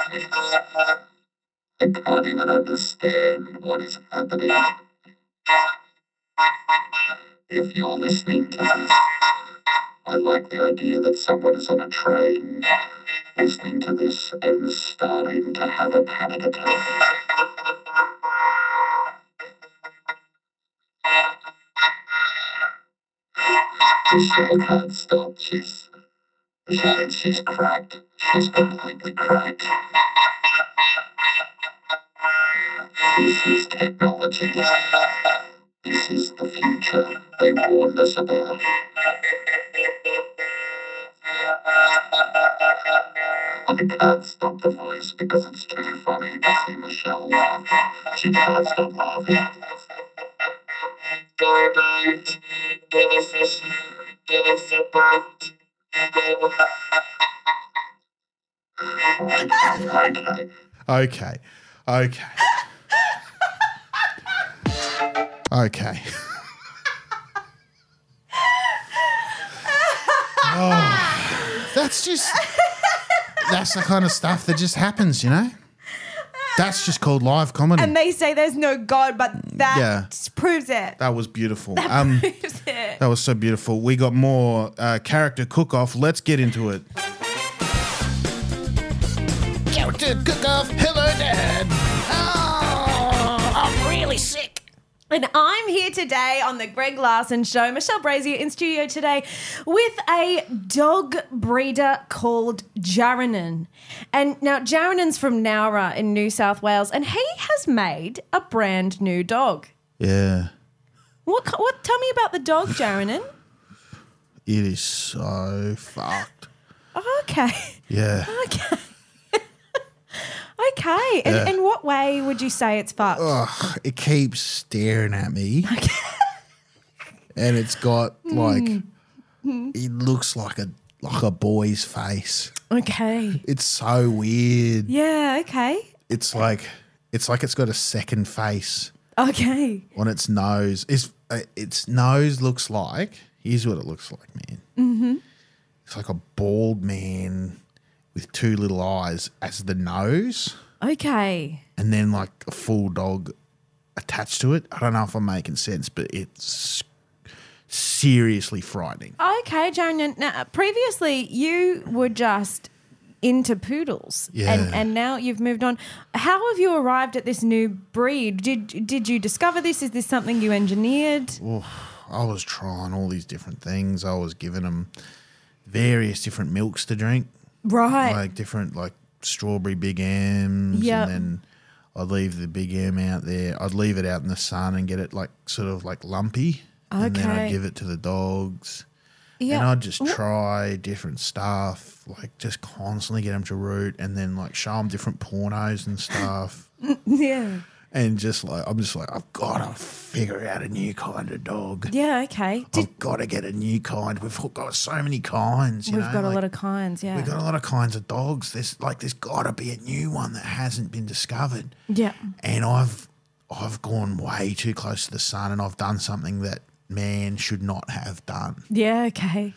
F: I can't even understand what is happening. If you're listening to this, I like the idea that someone is on a train listening to this and starting to have a panic attack. The show can't stop. She's, she, she's cracked. She's completely cracked. This is technology. This is the future they warned us about. I can't stop the voice because it's too funny to see Michelle laugh. She can't stop laughing. Garbage, give us a sh- give us a bite.
B: Okay. Okay. okay. oh, that's just that's the kind of stuff that just happens, you know? That's just called live comedy.
C: And they say there's no God, but that
B: Yeah.
C: proves it.
B: that was beautiful. um
C: proves it.
B: that was so beautiful. We got more uh, character cook off. Let's get into it.
A: Character cook off. Hello, Dad. Oh, I'm really sick.
C: And I'm here today on the Greg Larson Show. Michelle Brazier in studio today with a dog breeder called Jaranen. And now Jaranen's from Nowra in New South Wales, and he has made a brand new dog.
B: Yeah.
C: What? ki- What? Tell me about the dog, Jaranen.
B: It is so fucked.
C: Oh, okay.
B: Yeah.
C: Okay. okay. And in what way would you say it's fucked?
B: it keeps staring at me. and it's got like it looks like a like a boy's face.
C: Okay.
B: It's so weird.
C: Yeah. Okay.
B: It's like it's like it's got a second face
C: Okay.
B: on its nose. It's uh, its nose looks like here's what it looks like, man. It's like a bald man with two little eyes as the nose.
C: Okay.
B: and then like a full dog attached to it. I don't know if I'm making sense, but it's seriously frightening.
C: Okay, Jaren. Now, previously you were just into poodles,
B: Yeah.
C: and and now you've moved on. How have you arrived at this new breed? Did did you discover this? Is this something you engineered?
B: I was trying all these different things. I was giving them various different milks to drink,
C: Right.
B: like different like strawberry Big M's,
C: Yep.
B: and then I'd leave the Big M out there. I'd leave it out in the sun and get it like sort of like lumpy, and then I'd
C: Okay.
B: give it to the dogs.
C: Yeah.
B: And I'd just try different stuff, like just constantly get them to root and then like show them different pornos and stuff.
C: Yeah.
B: and just like, I'm just like, I've got to figure out a new kind of dog.
C: Yeah. Okay. Did,
B: I've got to get a new kind. We've got so many kinds. You
C: we've
B: know,
C: got a
B: like-
C: lot of kinds. Yeah.
B: We've got a lot of kinds of dogs. There's like there's got to be a new one that hasn't been discovered.
C: Yeah.
B: And I've I've gone way too close to the sun, and I've done something that man should not have done.
C: yeah. Okay.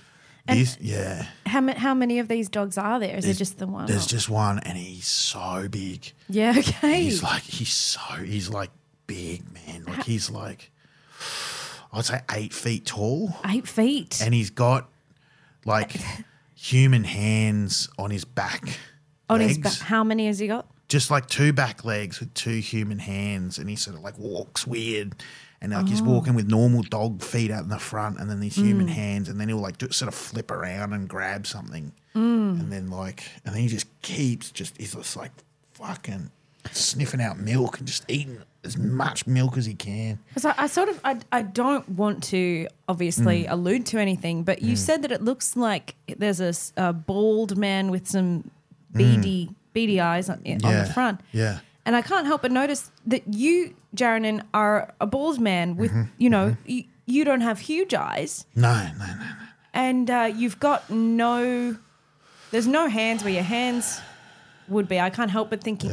B: This- yeah,
C: How many? How many of these dogs are there? Is it just the one?
B: there's just one, and he's so big.
C: yeah. Okay.
B: He's like he's so he's like big man. Like he's like I'd say eight feet tall.
C: Eight feet.
B: and he's got like human hands on his back
C: on
B: legs,
C: his back. How many has he got?
B: just like two back legs with two human hands, and he sort of like walks weird. And like he's
C: Oh.
B: walking with normal dog feet out in the front, and then these
C: Mm.
B: human hands, and then he'll like do, sort of flip around and grab something,
C: Mm.
B: and then like, and then he just keeps just he's just like fucking sniffing out milk and just eating as much milk as he can.
C: Because I, I sort of I, I don't want to obviously
B: Hmm.
C: allude to anything, but you said that it looks like there's a, s- a bald man with some beady beady eyes on, on the
B: Hmm. Yeah.
C: front.
B: Yeah.
C: And I can't help but notice that you, Jaranin, are a bald man with
B: Mm-hmm.
C: you know you, you don't have huge eyes,
B: No, no, no, no.
C: and uh, you've got no there's no hands where your hands would be. I can't help but thinking,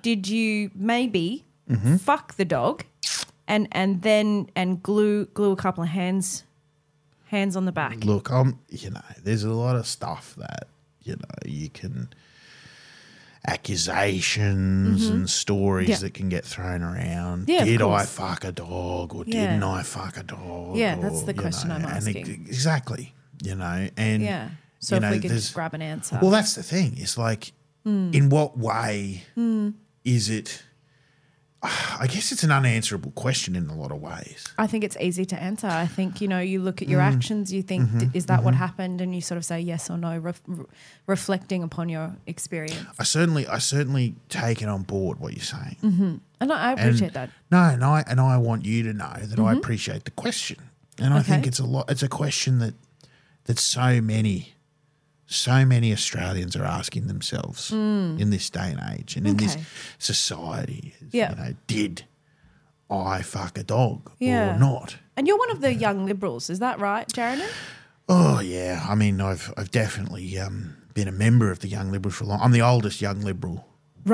C: did you maybe
B: Mm-hmm.
C: fuck the dog and and then and glue glue a couple of hands hands on the back?
B: look, I'm you know, there's a lot of stuff that you know you can accusations and stories
C: Mm-hmm. Yeah.
B: that can get thrown around.
C: Yeah, of
B: Did I
C: course.
B: fuck a dog or
C: Yeah.
B: didn't I fuck a dog?
C: Yeah, that's the
B: or, you
C: question I'm
B: and it-
C: asking.
B: exactly, you know, and
C: Yeah. So
B: you
C: if
B: know,
C: we could
B: there's-
C: just grab Hmm. an answer.
B: well, that's the thing. It's like, in what way
C: Hmm.
B: is it? I guess it's an unanswerable question in a lot of ways.
C: I think it's easy to answer. I think you know you look at your
B: Mm.
C: actions, you think
B: Mm-hmm.
C: "D- is that what happened, and you sort of say yes or no, ref- re- reflecting upon your experience.
B: I certainly, I certainly take it on board what you're saying.
C: And I, I
B: And-
C: appreciate that. Mm-hmm.
B: No, and I and I want you to know that I appreciate the question, and I think
C: Okay.
B: it's a lot. It's a question that that so many, so many Australians are asking themselves in this day and age, and in this
C: Mm. Okay.
B: society. is,
C: Yeah.
B: you know, did I fuck a dog
C: Yeah.
B: or not?
C: And you're one of the young liberals, is that right, Jaranin?
B: Oh yeah, I mean, I've I've definitely um, been a member of the Young Liberal for a long. I'm the oldest Young Liberal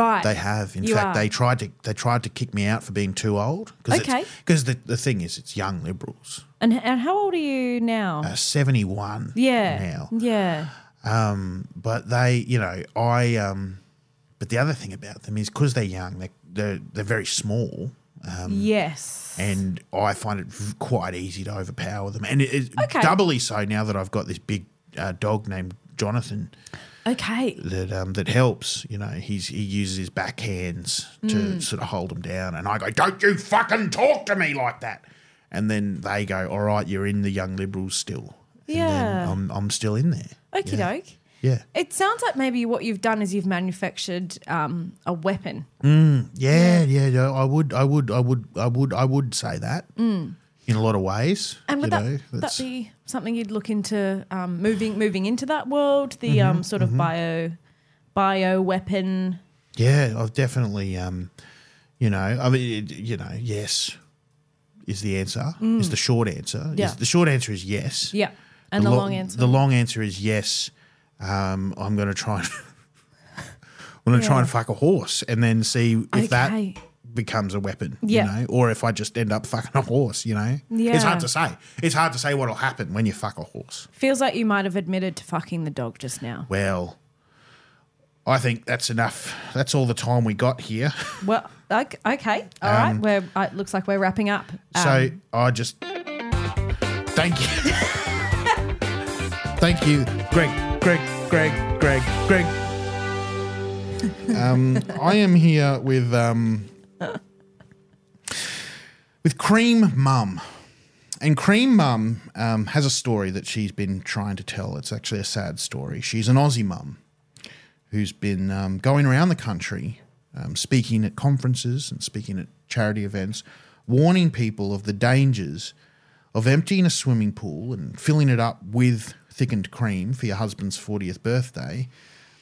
C: Right.
B: They have. In
C: You
B: fact,
C: are.
B: they tried to they tried to kick me out for being too old.
C: Okay.
B: Because the, the thing is, it's young liberals.
C: And and how old are you now?
B: Uh, Seventy one.
C: yeah.
B: Now,
C: Yeah.
B: but they, you know, I. Um, but the other thing about them is because they're young, they they're they're very small, Um,
C: yes.
B: and I find it v- quite easy to overpower them, and it, it's
C: Okay.
B: doubly so now that I've got this big uh, dog named Jonathan.
C: Okay.
B: that um, that helps. You know, he's he uses his back hands to
C: Mm.
B: sort of hold him down, and I go, "Don't you fucking talk to me like that!" And then they go, "All right, you're in the Young Liberals still." And then
C: Yeah.
B: I'm I'm still in there.
C: Okie
B: oh, yeah.
C: doke.
B: Yeah,
C: It sounds like maybe what you've done is you've manufactured um, a weapon.
B: yeah, yeah, yeah. I would, I would, I would, I would, I would say that in a lot of ways.
C: Mm. And would
B: you know,
C: that, that
B: that's-
C: be something you'd look into um, moving moving into that world, the
B: Mm-hmm,
C: um, sort of bio bio weapon?
B: Yeah, I've definitely, um, you know, I mean, it- you know, yes is the answer. Is the short answer?
C: Mm. Yeah.
B: Is, the short answer is yes.
C: Yeah. And the,
B: lo-
C: long answer.
B: The long answer is yes. Um, I'm going to try. And I'm going to try
C: Yeah.
B: and fuck a horse, and then see if
C: Okay.
B: that becomes a weapon.
C: Yeah.
B: You know, or if I just end up fucking a horse. You know. It's
C: Yeah.
B: hard to say. It's hard to say what'll happen when you fuck a horse.
C: Feels like you might have admitted to fucking the dog just now.
B: Well, I think that's enough. That's all the time we got here.
C: Well, ok- okay, all right. We're, uh, it looks like we're wrapping up.
B: Um,
C: Um,
B: So I just thank you, thank you, Greg, Greg, Greg, Greg, Greg.
H: Um, I am here with. Um,
B: with Cream Mum. And Cream Mum um, has a story that she's been trying to tell. It's actually a sad story. She's an Aussie mum who's been um, going around the country, um, speaking at conferences and speaking at charity events, warning people of the dangers of emptying a swimming pool and filling it up with thickened cream for your husband's 40th birthday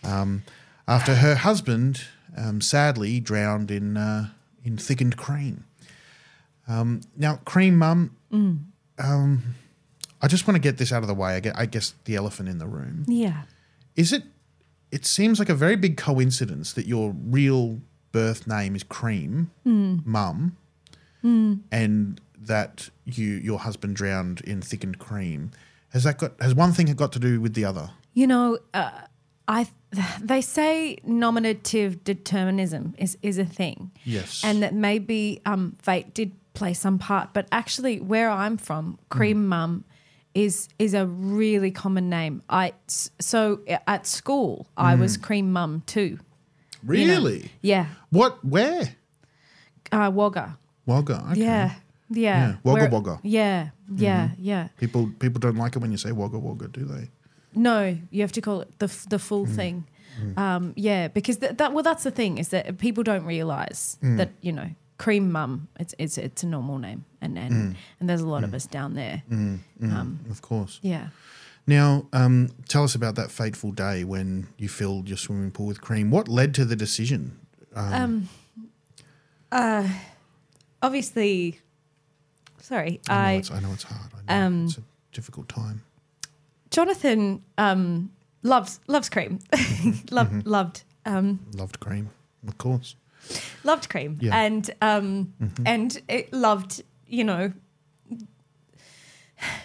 B: um, after her husband um, sadly drowned in, uh, in thickened cream. Um, now, cream mum, um, I just want to get this out of the way. I gue- I guess the elephant in the room
C: Yeah.
B: is it it seems like a very big coincidence that your real birth name is cream
C: Hmm.
B: mum and that you your husband drowned in thickened cream has that got has one thing got to do with the other
C: You know, uh, I they say nominative determinism is is a thing.
B: Yes.
C: And that maybe um, fate did play some part, but actually, where I'm from,
B: Mm.
C: Cream Mum is is a really common name. I s- so uh, at school I
B: Mm.
C: was Cream Mum too. you know. Yeah.
B: what where
C: Uh, Wagga.
B: wagga okay.
C: Yeah. Yeah.
B: Yeah. Wagga
C: Where-
B: Wagga. Mm-hmm.
C: Yeah. Yeah. Yeah.
B: people people don't like it when you say wagga wagga do they
C: No, you have to call it the f- the full
B: Mm.
C: thing. Um, yeah, because th- that well, that's the thing is that people don't realize
B: Mm.
C: that you know cream mum. It's it's it's a normal name, and and,
B: Mm.
C: and there's a lot of us down there.
B: of course
C: Yeah,
B: now um, tell us about that fateful day when you filled your swimming pool with cream what led to the decision
C: obviously. Sorry,
B: i know,
C: I um,
B: it's, I know it's hard I know it's a difficult time
C: Jonathan um, loves loves cream, loved
B: Mm-hmm.
C: loved um,
B: loved cream of course
C: loved cream
B: Yeah.
C: and um and it loved you know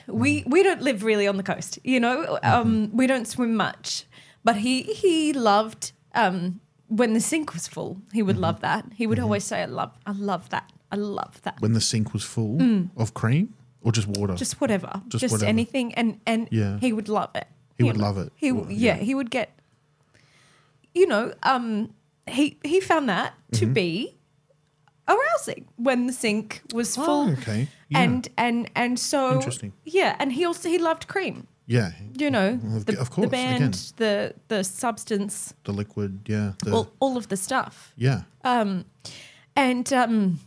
C: we we don't live really on the coast you know um we don't swim much but he he loved um when the sink was full he would love that he would always say i love i love that i love that
B: when the sink was full of cream or just water.
C: Mm. just whatever
B: Just
C: just,
B: whatever.
C: anything and and
B: Yeah.
C: he would love it
B: He
C: you
B: would love it.
C: he
B: Well,
C: yeah, he would get you know um he he found that
B: Mm-hmm.
C: to be arousing when the sink was full
B: Oh, okay. Yeah.
C: and and and so
B: Interesting.
C: yeah and he also he loved cream
B: yeah,
C: you know
B: Well, of-
C: the,
B: of course,
C: the band
B: again.
C: the the substance
B: the liquid. Yeah, the,
C: all, all of the stuff
B: yeah.
C: uh, and um,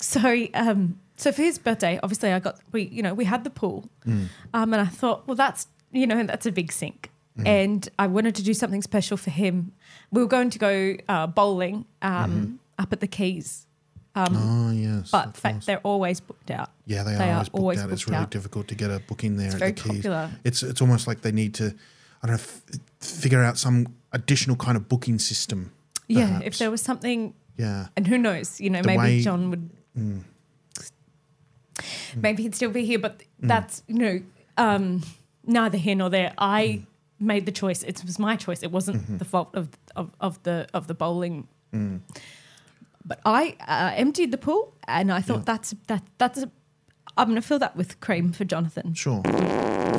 C: so um, so for his birthday, obviously I got we you know we had the pool,
B: Mm.
C: um, and I thought, well, that's you know that's a big sink,
B: Mm.
C: and I wanted to do something special for him. We were going to go uh, bowling um,
B: Mm-hmm.
C: up at the Keys,
B: oh yes.
C: but
B: of
C: fa-
B: course.
C: they're always booked out.
B: yeah, they,
C: they
B: are
C: are
B: always booked
C: always
B: out. it's
C: booked
B: really
C: out.
B: difficult to get a booking there. at
C: very
B: the keys.
C: popular.
B: It's it's almost like they need to, I don't know, f- figure out some additional kind of booking system.
C: Yeah, if
B: perhaps.
C: there was something,
B: yeah.
C: and who knows, you know,
B: The
C: maybe
B: way- Mm.
C: John would, maybe he'd still be here, but
B: Mm.
C: that's you know um, neither here nor there. I
B: Mm.
C: made the choice. It was my choice. It wasn't
B: Mm-hmm.
C: the fault of, of of the of the bowling.
B: Mm.
C: But I uh, emptied the pool, and I thought that's that that's. A, I'm going to fill that with cream for Jonathan.
B: Sure.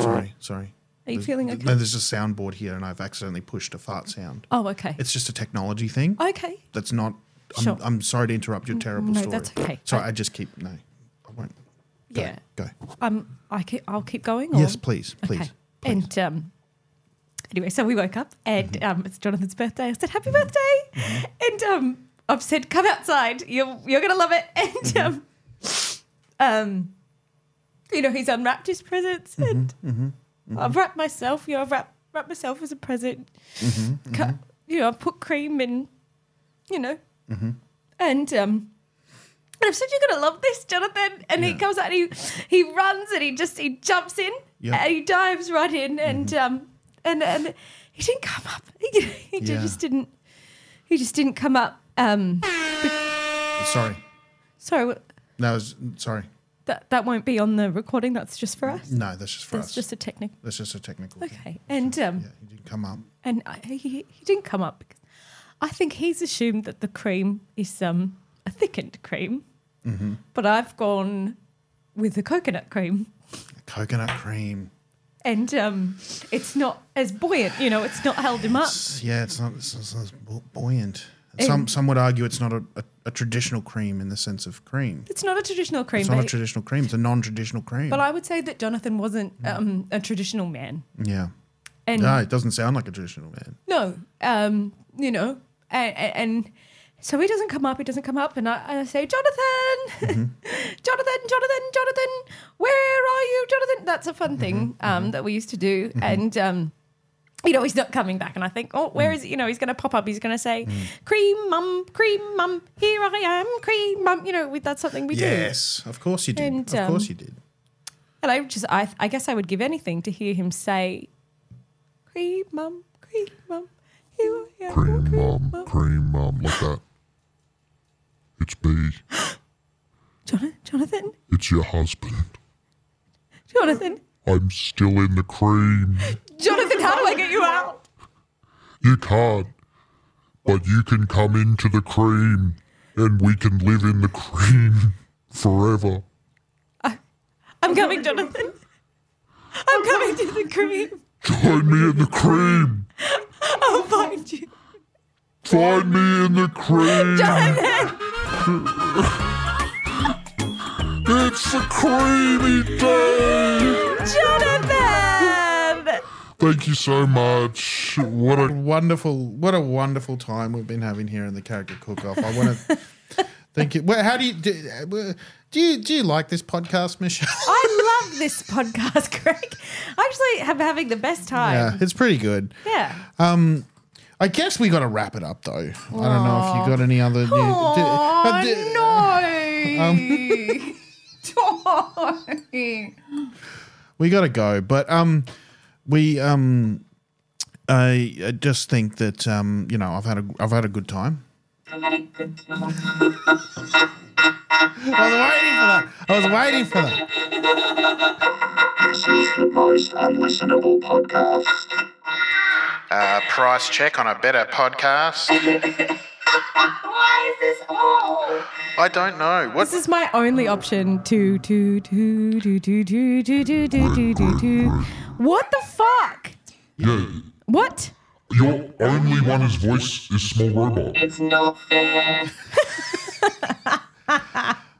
B: Sorry, sorry.
C: Are you
B: There's-
C: feeling
B: th-
C: okay?
B: No, there's a soundboard here, and I've accidentally pushed a fart sound.
C: Oh, okay.
B: It's just a technology thing.
C: okay.
B: That's not. I'm,
C: Sure. Mm,
B: I'm sorry to interrupt your terrible
C: no,
B: story.
C: that's okay.
B: Sorry, I,
C: I-
B: just keep no. I won't. Go,
C: Yeah.
B: Go.
C: Um, I ke- I'll keep going. Or?
B: Yes, please, please. Mm-hmm.
C: Okay. And um, anyway, so we woke up and um, it's Jonathan's birthday. I said, Happy birthday. And um, I've said, Come outside. You're, you're going to love it. And,
B: Mm-hmm.
C: um, um, you know, he's unwrapped his presents
B: Mm-hmm.
C: and I've wrapped myself. You know, I've wrapped, wrapped myself as a present.
B: Mm-hmm,
C: Cut, You know, I've put cream in, you know.
B: Mm-hmm.
C: And, um, and I've said, You're going to love this, Jonathan. And he
B: Yeah.
C: comes out and he, he runs and he just he jumps in
B: Yeah.
C: and he dives right in
B: Mm-hmm.
C: and um and and he didn't come up. He, he
B: Yeah.
C: just didn't he just didn't come up. Um
B: Sorry.
C: sorry
B: No, it's- sorry.
C: that that won't be on the recording, that's just for us.
B: No, that's just Mm-hmm. for
C: That's
B: us.
C: just a technical
B: that's just a technical. thing.
C: Okay. And um
B: Yeah, he didn't come up.
C: and I, he, he he didn't come up because I think he's assumed that the cream is um a thickened cream.
B: Mm-hmm.
C: But I've gone with the coconut cream.
B: Coconut cream.
C: And um, it's not as buoyant, you know, it's not held him up.
B: It's- yeah, it's not. It's, it's not bu- buoyant. Some some would argue it's not a, a, a traditional cream in the sense of cream.
C: It's not a traditional cream.
B: It's not a
C: but-
B: traditional cream. It's a non-traditional cream.
C: But I would say that Jonathan wasn't um, a traditional man.
B: yeah.
C: And
B: No, it doesn't sound like a traditional man.
C: no, um, you know, and, and So he doesn't come up, he doesn't come up, and I, I say,
E: Mm-hmm.
C: Jonathan, Jonathan, Jonathan, Jonathan, where are you, Jonathan? That's a fun
E: Mm-hmm,
C: thing um, that we used to do. And, um, you know, he's not coming back. And I think, oh,
E: Mm.
C: where is he? You know, he's going to pop up. He's going to say, cream mum, cream mum, here I am, cream mum. You know, we, that's something we do.
I: Yes, of course you did.
C: And,
I: of course
C: um,
I: you did.
C: And I just, I, I guess I would give anything to hear him say, cream mum, cream mum, here I am,
E: Cream mum, cream mum, like that. It's me.
C: Jonathan, Jonathan,
E: It's your husband.
C: Jonathan,
E: I'm still in the cream.
C: Jonathan, how do I get you out?
E: You can't. But you can come into the cream and we can live in the cream forever.
C: I'm coming, Jonathan. I'm coming to the cream.
E: Join me in the cream.
C: I'll find you.
E: Find me in the cream. it's a creamy day.
C: Jonathan!
E: Thank you so much. What a
B: Wonderful. What a wonderful time we've been having here in the character cook off. I want to thank you. Well, how do you do, uh, do you do you like this podcast, Michelle?
C: I love this podcast, Greg. I actually am having the best
B: yeah,
C: time.
B: it's pretty good.
C: Yeah.
B: I guess we got to wrap it up though. I don't know if you got any other new. d- uh, d-
C: Oh, no. Don't.
B: we got to go. But um, we um, I, I just think that um, you know, I've had a I've had a good time. I was waiting for that. I was waiting for that.
F: This is the most unlistenable podcast.
B: Uh, price check on a better podcast.
J: Why is this all?
B: I don't know what.
C: This is my only option. To to to to to to to to to to to to. What the fuck?
E: yeah.
C: What?
E: Your only one is voice is small robot.
J: It's no fair.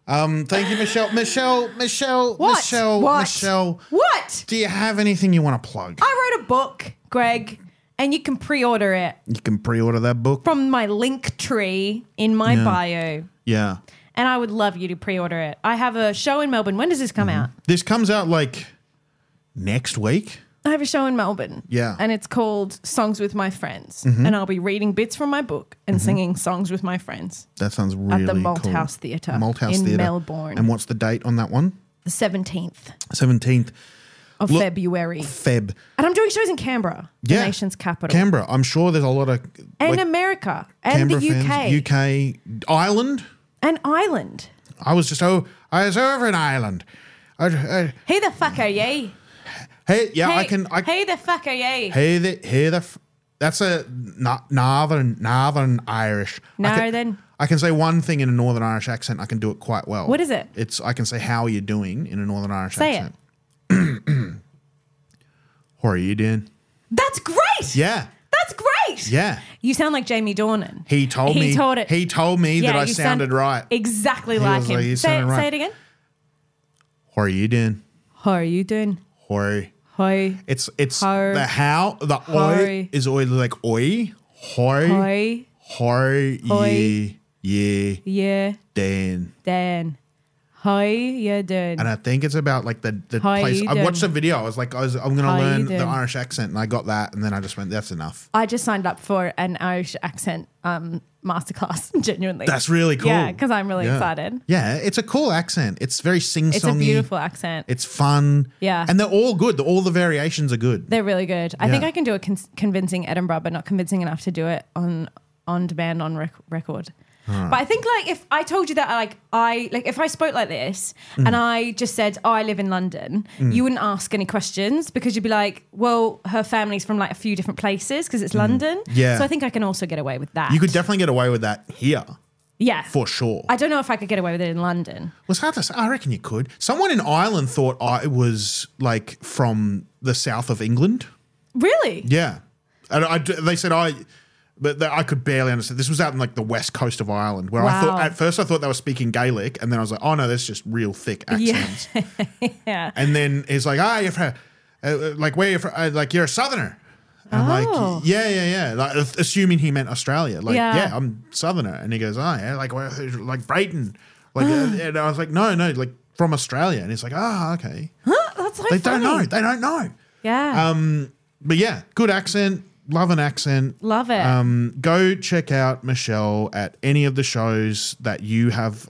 B: Um, thank you, Michelle. Michelle. Michelle.
C: What?
B: Michelle.
C: What?
B: Michelle.
C: What?
B: Do you have anything you want to plug?
C: I wrote a book, Greg, and you can pre-order it
B: You can pre-order that book.
C: from my link tree in my
B: Yeah.
C: bio.
B: Yeah.
C: And I would love you to pre-order it. I have a show in Melbourne. When does this come out?
B: This comes out like next week.
C: I have a show in Melbourne.
B: Yeah. Mm-hmm.
C: And it's called Songs with My Friends. And I'll be reading bits from my book and singing songs with my friends
B: That sounds really
C: at the
B: cool.
C: Malthouse Theatre
B: Malthouse
C: in
B: Theatre.
C: Melbourne.
B: And what's the date on that one?
C: the 17th
B: 17th
C: of
B: Look-
C: February.
B: Feb.
C: And I'm doing shows in Canberra,
B: Yeah.
C: the nation's capital.
B: Canberra. I'm sure there's a lot of
C: and
B: like,
C: America. And the UK.
B: fans. UK. Ireland.
C: And Ireland.
B: I was just oh, I was over in Ireland. I, I,
C: Hey the fuck are ye?
B: hey, yeah,
C: Hey,
B: I can. I,
C: hey the fuck are ye?
B: hey, the hey the. f- That's a na- northern northern Irish. I
C: Northern.
B: can, I can say one thing in a northern Irish accent. I can do it quite well.
C: What is it?
B: It's I can say how are you doing in a northern Irish
C: Say it.
B: accent. how are you doing?
C: That's great.
B: Yeah,
C: That's great.
B: yeah.
C: You sound like Jamie Dornan.
B: He told
C: He
B: me.
C: told it.
B: He told me that I
C: you
B: sounded
C: sound
B: right.
C: Exactly like
B: was
C: him.
B: like, "You
C: say, it,
B: sounded right."
C: say it again.
B: How are you doing?
C: How are you doing?
B: How are you?
C: Hi.
B: It's it's
C: How-
B: the how the oi
C: How-
B: is always like oi. How
C: Hi.
B: how yeah
C: How-
B: yeah
C: Yeah,
B: Dan.
C: Dan. How you doing?
B: And I think it's about like the the
C: How
B: place.
C: you
B: I watched the
C: doing?
B: video. I was like, I was, I'm gonna
C: How you
B: learn the
C: doing?
B: Irish accent, and I got that, and then I just went, that's enough.
C: I just signed up for an Irish accent um, masterclass, genuinely.
B: That's really cool.
C: Yeah, because I'm really
B: Yeah.
C: excited.
B: Yeah, it's a cool accent. It's very sing songy.
C: It's a beautiful accent.
B: It's fun.
C: Yeah.
B: and they're all good. All the variations are good.
C: They're really good. I think
B: Yeah.
C: I can do a con- convincing Edinburgh, but not convincing enough to do it on on demand on rec- record. But I think like if I told you that like I like if I spoke like this
B: Mm.
C: and I just said oh I live in London, you wouldn't ask any questions because you'd be like, well, her family's from like a few different places because it's London.
B: Mm. Yeah.
C: So I think I can also get away with that.
B: You could definitely get away with that here
C: yeah
B: for sure.
C: I don't know if I could get away with it in London.
B: Well, it's hard to say. I reckon you could. Someone in Ireland thought I was like from the south of England.
C: Really?
B: Yeah, and I, they said I, but that I could barely understand. This was out in like the west coast of Ireland, where I
C: Wow.
B: thought at first I thought they were speaking Gaelic, and then I was like, oh no, that's just real thick accents.
C: Yeah.
B: And then it's like, ah, you're from, uh, uh, like where you're from, uh, like you're a southerner. And
C: Oh.
B: like, yeah, yeah, yeah. Like, a- assuming he meant Australia. Like,
C: Yeah.
B: yeah, I'm Southerner. And he goes, oh, yeah, like, well, like Brayton. Like, uh, and I was like, no, no, like from Australia. And he's like, ah, okay.
C: That's so
B: They
C: funny.
B: don't know. Um, They don't know.
C: Yeah.
B: But yeah, good accent. Love an accent.
C: Love it.
B: Um, go check out Michelle at any of the shows that you have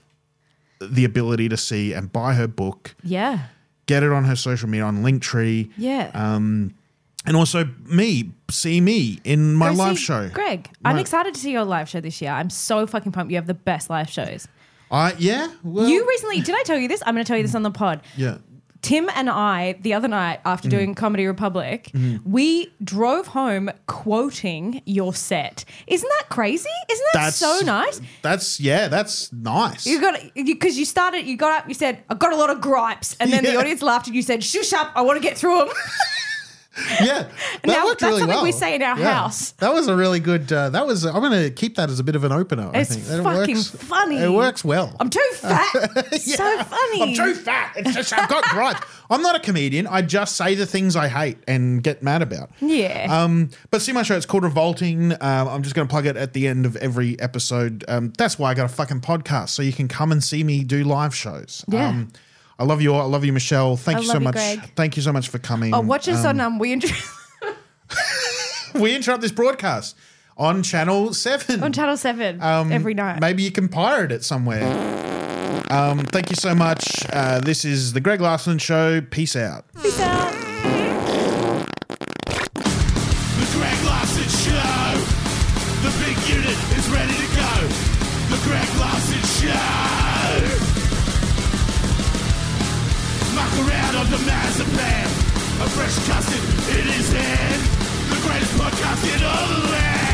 B: the ability to see and buy her book.
C: yeah.
B: Get it on her social media on Linktree.
C: Yeah.
B: And also me, see me in my
C: Go
B: live
C: see
B: show.
C: Greg, I'm
B: My-
C: excited to see your live show this year. I'm so fucking pumped. You have the best live shows.
B: I yeah. Well,
C: You recently, did I tell you this? I'm going to tell you this on the pod.
B: yeah.
C: Tim and I, the other night
B: Mm.
C: after doing Comedy Republic,
B: Mm-hmm.
C: we drove home quoting your set. Isn't that crazy? Isn't that so nice?
B: That's yeah. That's nice.
C: You got because you, started. You got up. You said, "I got a lot of gripes," and then the
B: Yeah.
C: audience laughed, and you said, "Shush up! I want to get through them."
B: yeah. That
C: Now,
B: worked
C: that's
B: really
C: something
B: well.
C: we say in our
B: Yeah.
C: house.
B: That was a really good. Uh, that was. I'm going to keep that as a bit of an opener. I
C: It's
B: think. That
C: fucking
B: works-
C: funny.
B: It works well.
C: I'm too fat. So funny.
B: I'm too fat. It's just I've got gripes. I'm not a comedian. I just say the things I hate and get mad about.
C: Yeah.
B: Um, but see my show. It's called Revolting. Um, I'm just going to plug it at the end of every episode. Um, that's why I got a fucking podcast, so you can come and see me do live shows.
C: Yeah.
B: Um, I love you all. I love you, Michelle. Thank
C: I
B: you
C: love
B: so
C: you,
B: much.
C: Greg.
B: Thank you so much for coming.
C: oh, watch us on um, we Intro-
B: we interrupt this broadcast on Channel Seven. Um,
C: on Channel Seven every night.
B: Maybe you can pirate it somewhere. Um, thank you so much. Uh, this is the Greg Larson Show. Peace out.
C: Peace out.
A: The Greg Larson Show. The big unit is ready to go. The Greg Larson Show. Muck around on the Mazapan. A fresh custard in his hand. The greatest podcast in all the land.